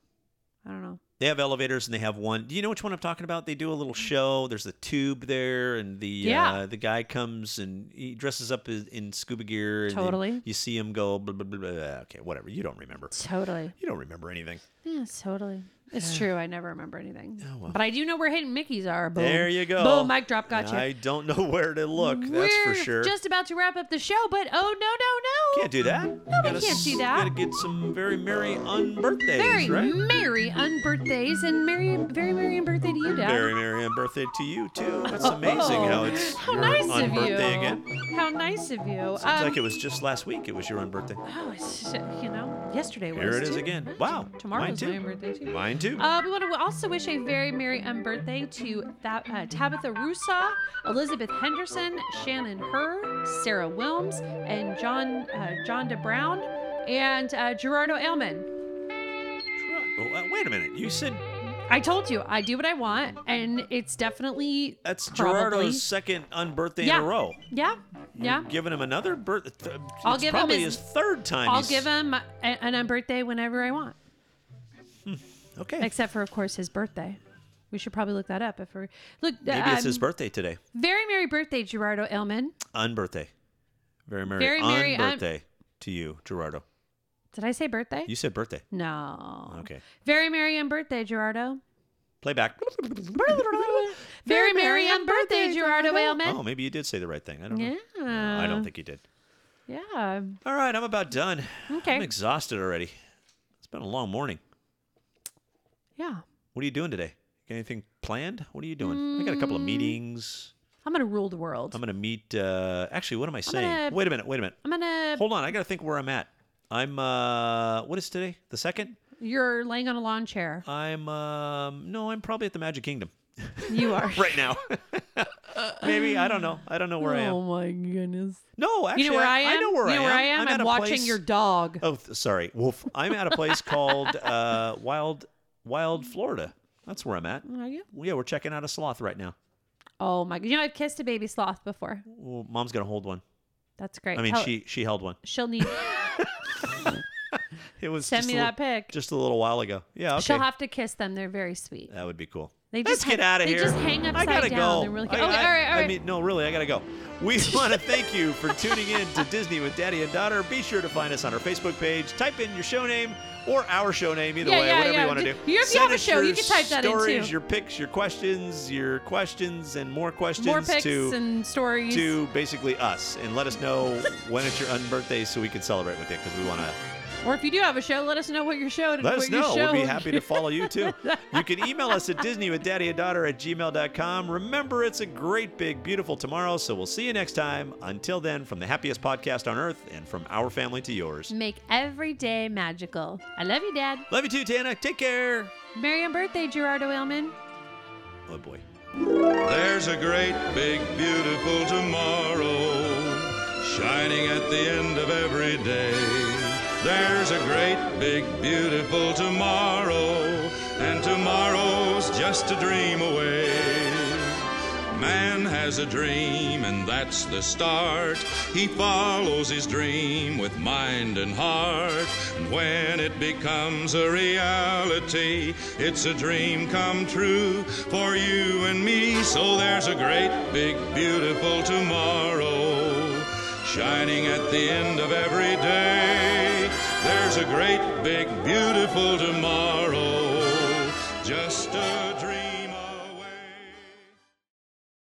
Speaker 3: I don't know.
Speaker 2: They have elevators and they have one. Do you know which one I'm talking about? They do a little show. There's the tube there, and the
Speaker 3: Yeah.
Speaker 2: uh, the guy comes and he dresses up in, in scuba gear. And then
Speaker 3: Totally.
Speaker 2: You see him go. Blah, blah, blah, blah. Okay, whatever. You don't remember.
Speaker 3: Totally.
Speaker 2: You don't remember anything.
Speaker 3: Yeah, totally. It's true. I never remember anything.
Speaker 2: Oh, well.
Speaker 3: But I do know where Hidden Mickeys are. Boom.
Speaker 2: There you go.
Speaker 3: Boom. Mic drop. Gotcha.
Speaker 2: I don't know where to look. that's for
Speaker 3: We're
Speaker 2: sure.
Speaker 3: Just about to wrap up the show, but oh no, no, no!
Speaker 2: can't do that. No,
Speaker 3: we can't do that.
Speaker 2: Gotta get some very merry unbirthdays,
Speaker 3: Very
Speaker 2: right?
Speaker 3: merry unbirthdays and merry, very merry unbirthday to you, Dad.
Speaker 2: Very merry unbirthday to you too. That's amazing how it's
Speaker 3: Oh, How
Speaker 2: your
Speaker 3: nice of you.
Speaker 2: unbirthday again.
Speaker 3: How nice of you. Um,
Speaker 2: Seems like it was just last week. It was your unbirthday.
Speaker 3: Oh, it's just, you know, yesterday was.
Speaker 2: Here it is
Speaker 3: too.
Speaker 2: again.
Speaker 3: Right.
Speaker 2: Wow.
Speaker 3: Tomorrow's
Speaker 2: Mine too.
Speaker 3: my birthday too.
Speaker 2: Mine too.
Speaker 3: Uh, we want to also wish a very merry um, birthday to that, uh, Tabitha Rusa, Elizabeth Henderson, Shannon Herr, Sarah Wilms, and John uh, John DeBrown, and uh, Gerardo Ailman.
Speaker 2: Oh, uh, wait a minute. You said
Speaker 3: I told you I do what I want, and it's definitely
Speaker 2: that's
Speaker 3: probably-
Speaker 2: Gerardo's Mm. second unbirthday
Speaker 3: yeah.
Speaker 2: in a row.
Speaker 3: Yeah, yeah.
Speaker 2: Giving him another birth. Th-
Speaker 3: I'll
Speaker 2: it's
Speaker 3: give him
Speaker 2: probably
Speaker 3: his-
Speaker 2: third time.
Speaker 3: I'll
Speaker 2: he's-
Speaker 3: give him a, an um, birthday whenever I want,
Speaker 2: Okay.
Speaker 3: except for of course his birthday. We should probably look that up if we look.
Speaker 2: Maybe it's his
Speaker 3: um,
Speaker 2: birthday today.
Speaker 3: Very merry birthday, Gerardo Ailman.
Speaker 2: Unbirthday. Very merry.
Speaker 3: Very merry un-
Speaker 2: unbirthday to you, Gerardo.
Speaker 3: Did I say birthday?
Speaker 2: You Uh, said birthday.
Speaker 3: no.
Speaker 2: Okay.
Speaker 3: Very merry and birthday, Gerardo.
Speaker 2: Playback.
Speaker 3: Very merry and birthday, Gerardo Ailman.
Speaker 2: Oh, maybe you did say the right thing. I don't know.
Speaker 3: yeah. um,
Speaker 2: No, I don't think you did.
Speaker 3: Yeah.
Speaker 2: All right, I'm about done.
Speaker 3: Okay.
Speaker 2: I'm exhausted already. It's been a long morning.
Speaker 3: Yeah.
Speaker 2: What are you doing today? Got anything planned? What are you doing? I got a
Speaker 3: Mm.
Speaker 2: couple of meetings.
Speaker 3: I'm gonna rule the world.
Speaker 2: I'm gonna meet. Uh, actually, what am I saying?
Speaker 3: gonna-
Speaker 2: Wait a minute. Wait a minute.
Speaker 3: I'm gonna.
Speaker 2: Hold on. I gotta think where I'm at. I'm. Uh, what is today? The second.
Speaker 3: You're laying on a lawn chair.
Speaker 2: I'm. Um, no, I'm probably at the Magic Kingdom
Speaker 3: You are.
Speaker 2: right now. Maybe I don't know. I don't know where I
Speaker 3: Oh
Speaker 2: am.
Speaker 3: my goodness.
Speaker 2: No, actually,
Speaker 3: you know where I,
Speaker 2: I,
Speaker 3: am.
Speaker 2: know where I
Speaker 3: you
Speaker 2: am.
Speaker 3: know where I am.
Speaker 2: I'm,
Speaker 3: I'm,
Speaker 2: at a
Speaker 3: watching
Speaker 2: place-
Speaker 3: your dog.
Speaker 2: Oh, th- sorry, Wolf. I'm at a place called uh, Wild Wild Florida. That's where I'm at.
Speaker 3: Are you?
Speaker 2: Yeah, we're checking out a sloth right now.
Speaker 3: Oh my. You know I've kissed a baby sloth before.
Speaker 2: Well, Mom's gonna hold one.
Speaker 3: That's great.
Speaker 2: I mean,
Speaker 3: Tell-
Speaker 2: she she held one.
Speaker 3: she'll need.
Speaker 2: It was
Speaker 3: send
Speaker 2: just
Speaker 3: me
Speaker 2: a
Speaker 3: that
Speaker 2: little,
Speaker 3: pic.
Speaker 2: just a little while ago. Yeah, okay. Uh,
Speaker 3: She'll have to kiss them. They're very sweet.
Speaker 2: that would be cool.
Speaker 3: They
Speaker 2: Let's
Speaker 3: just
Speaker 2: get
Speaker 3: hang-
Speaker 2: out of
Speaker 3: they
Speaker 2: here.
Speaker 3: just hang
Speaker 2: I
Speaker 3: upside
Speaker 2: gotta
Speaker 3: down.
Speaker 2: go.
Speaker 3: They're really
Speaker 2: I,
Speaker 3: cute. Okay,
Speaker 2: I-
Speaker 3: all right, all
Speaker 2: I
Speaker 3: right.
Speaker 2: mean, no, really, I gotta go. We want to thank you for tuning in to Disney with Daddy and Daughter. Be sure to find us on our Facebook page. Type in your show name or our show name, either
Speaker 3: Yeah,
Speaker 2: way,
Speaker 3: yeah,
Speaker 2: whatever
Speaker 3: yeah.
Speaker 2: you want to
Speaker 3: D-
Speaker 2: do.
Speaker 3: if you have
Speaker 2: Send
Speaker 3: a
Speaker 2: us
Speaker 3: show,
Speaker 2: your
Speaker 3: you can type that in,
Speaker 2: stories,
Speaker 3: too.
Speaker 2: Your pics, your questions, your questions, and more questions
Speaker 3: More pics
Speaker 2: to
Speaker 3: and stories.
Speaker 2: to basically us, and let us know when it's your unbirthday so we can celebrate with you because we want to
Speaker 3: Or if you do have a show, let us know what your show.
Speaker 2: let
Speaker 3: what
Speaker 2: us
Speaker 3: your
Speaker 2: know. We'll be
Speaker 3: show-
Speaker 2: happy to follow you too. You can email us at Disney with Daddy and Daughter at gmail.com. Remember, it's a great, big, beautiful tomorrow, so we'll see you next time. Until then, from the happiest podcast on earth and from our family to yours.
Speaker 3: Make every day magical. I love you, Dad.
Speaker 2: Love you too, Tana. Take care.
Speaker 3: Merry birthday, Gerardo Ailman.
Speaker 2: Oh, boy.
Speaker 4: There's a great, big, beautiful tomorrow shining at the end of every day. There's a great, big, beautiful tomorrow, and tomorrow's just a dream away. Man has a dream, and that's the start. He follows his dream with mind and heart. And when it becomes a reality, it's a dream come true for you and me. So there's a great, big, beautiful tomorrow shining at the end of every day. There's a great, big, beautiful tomorrow, just a dream.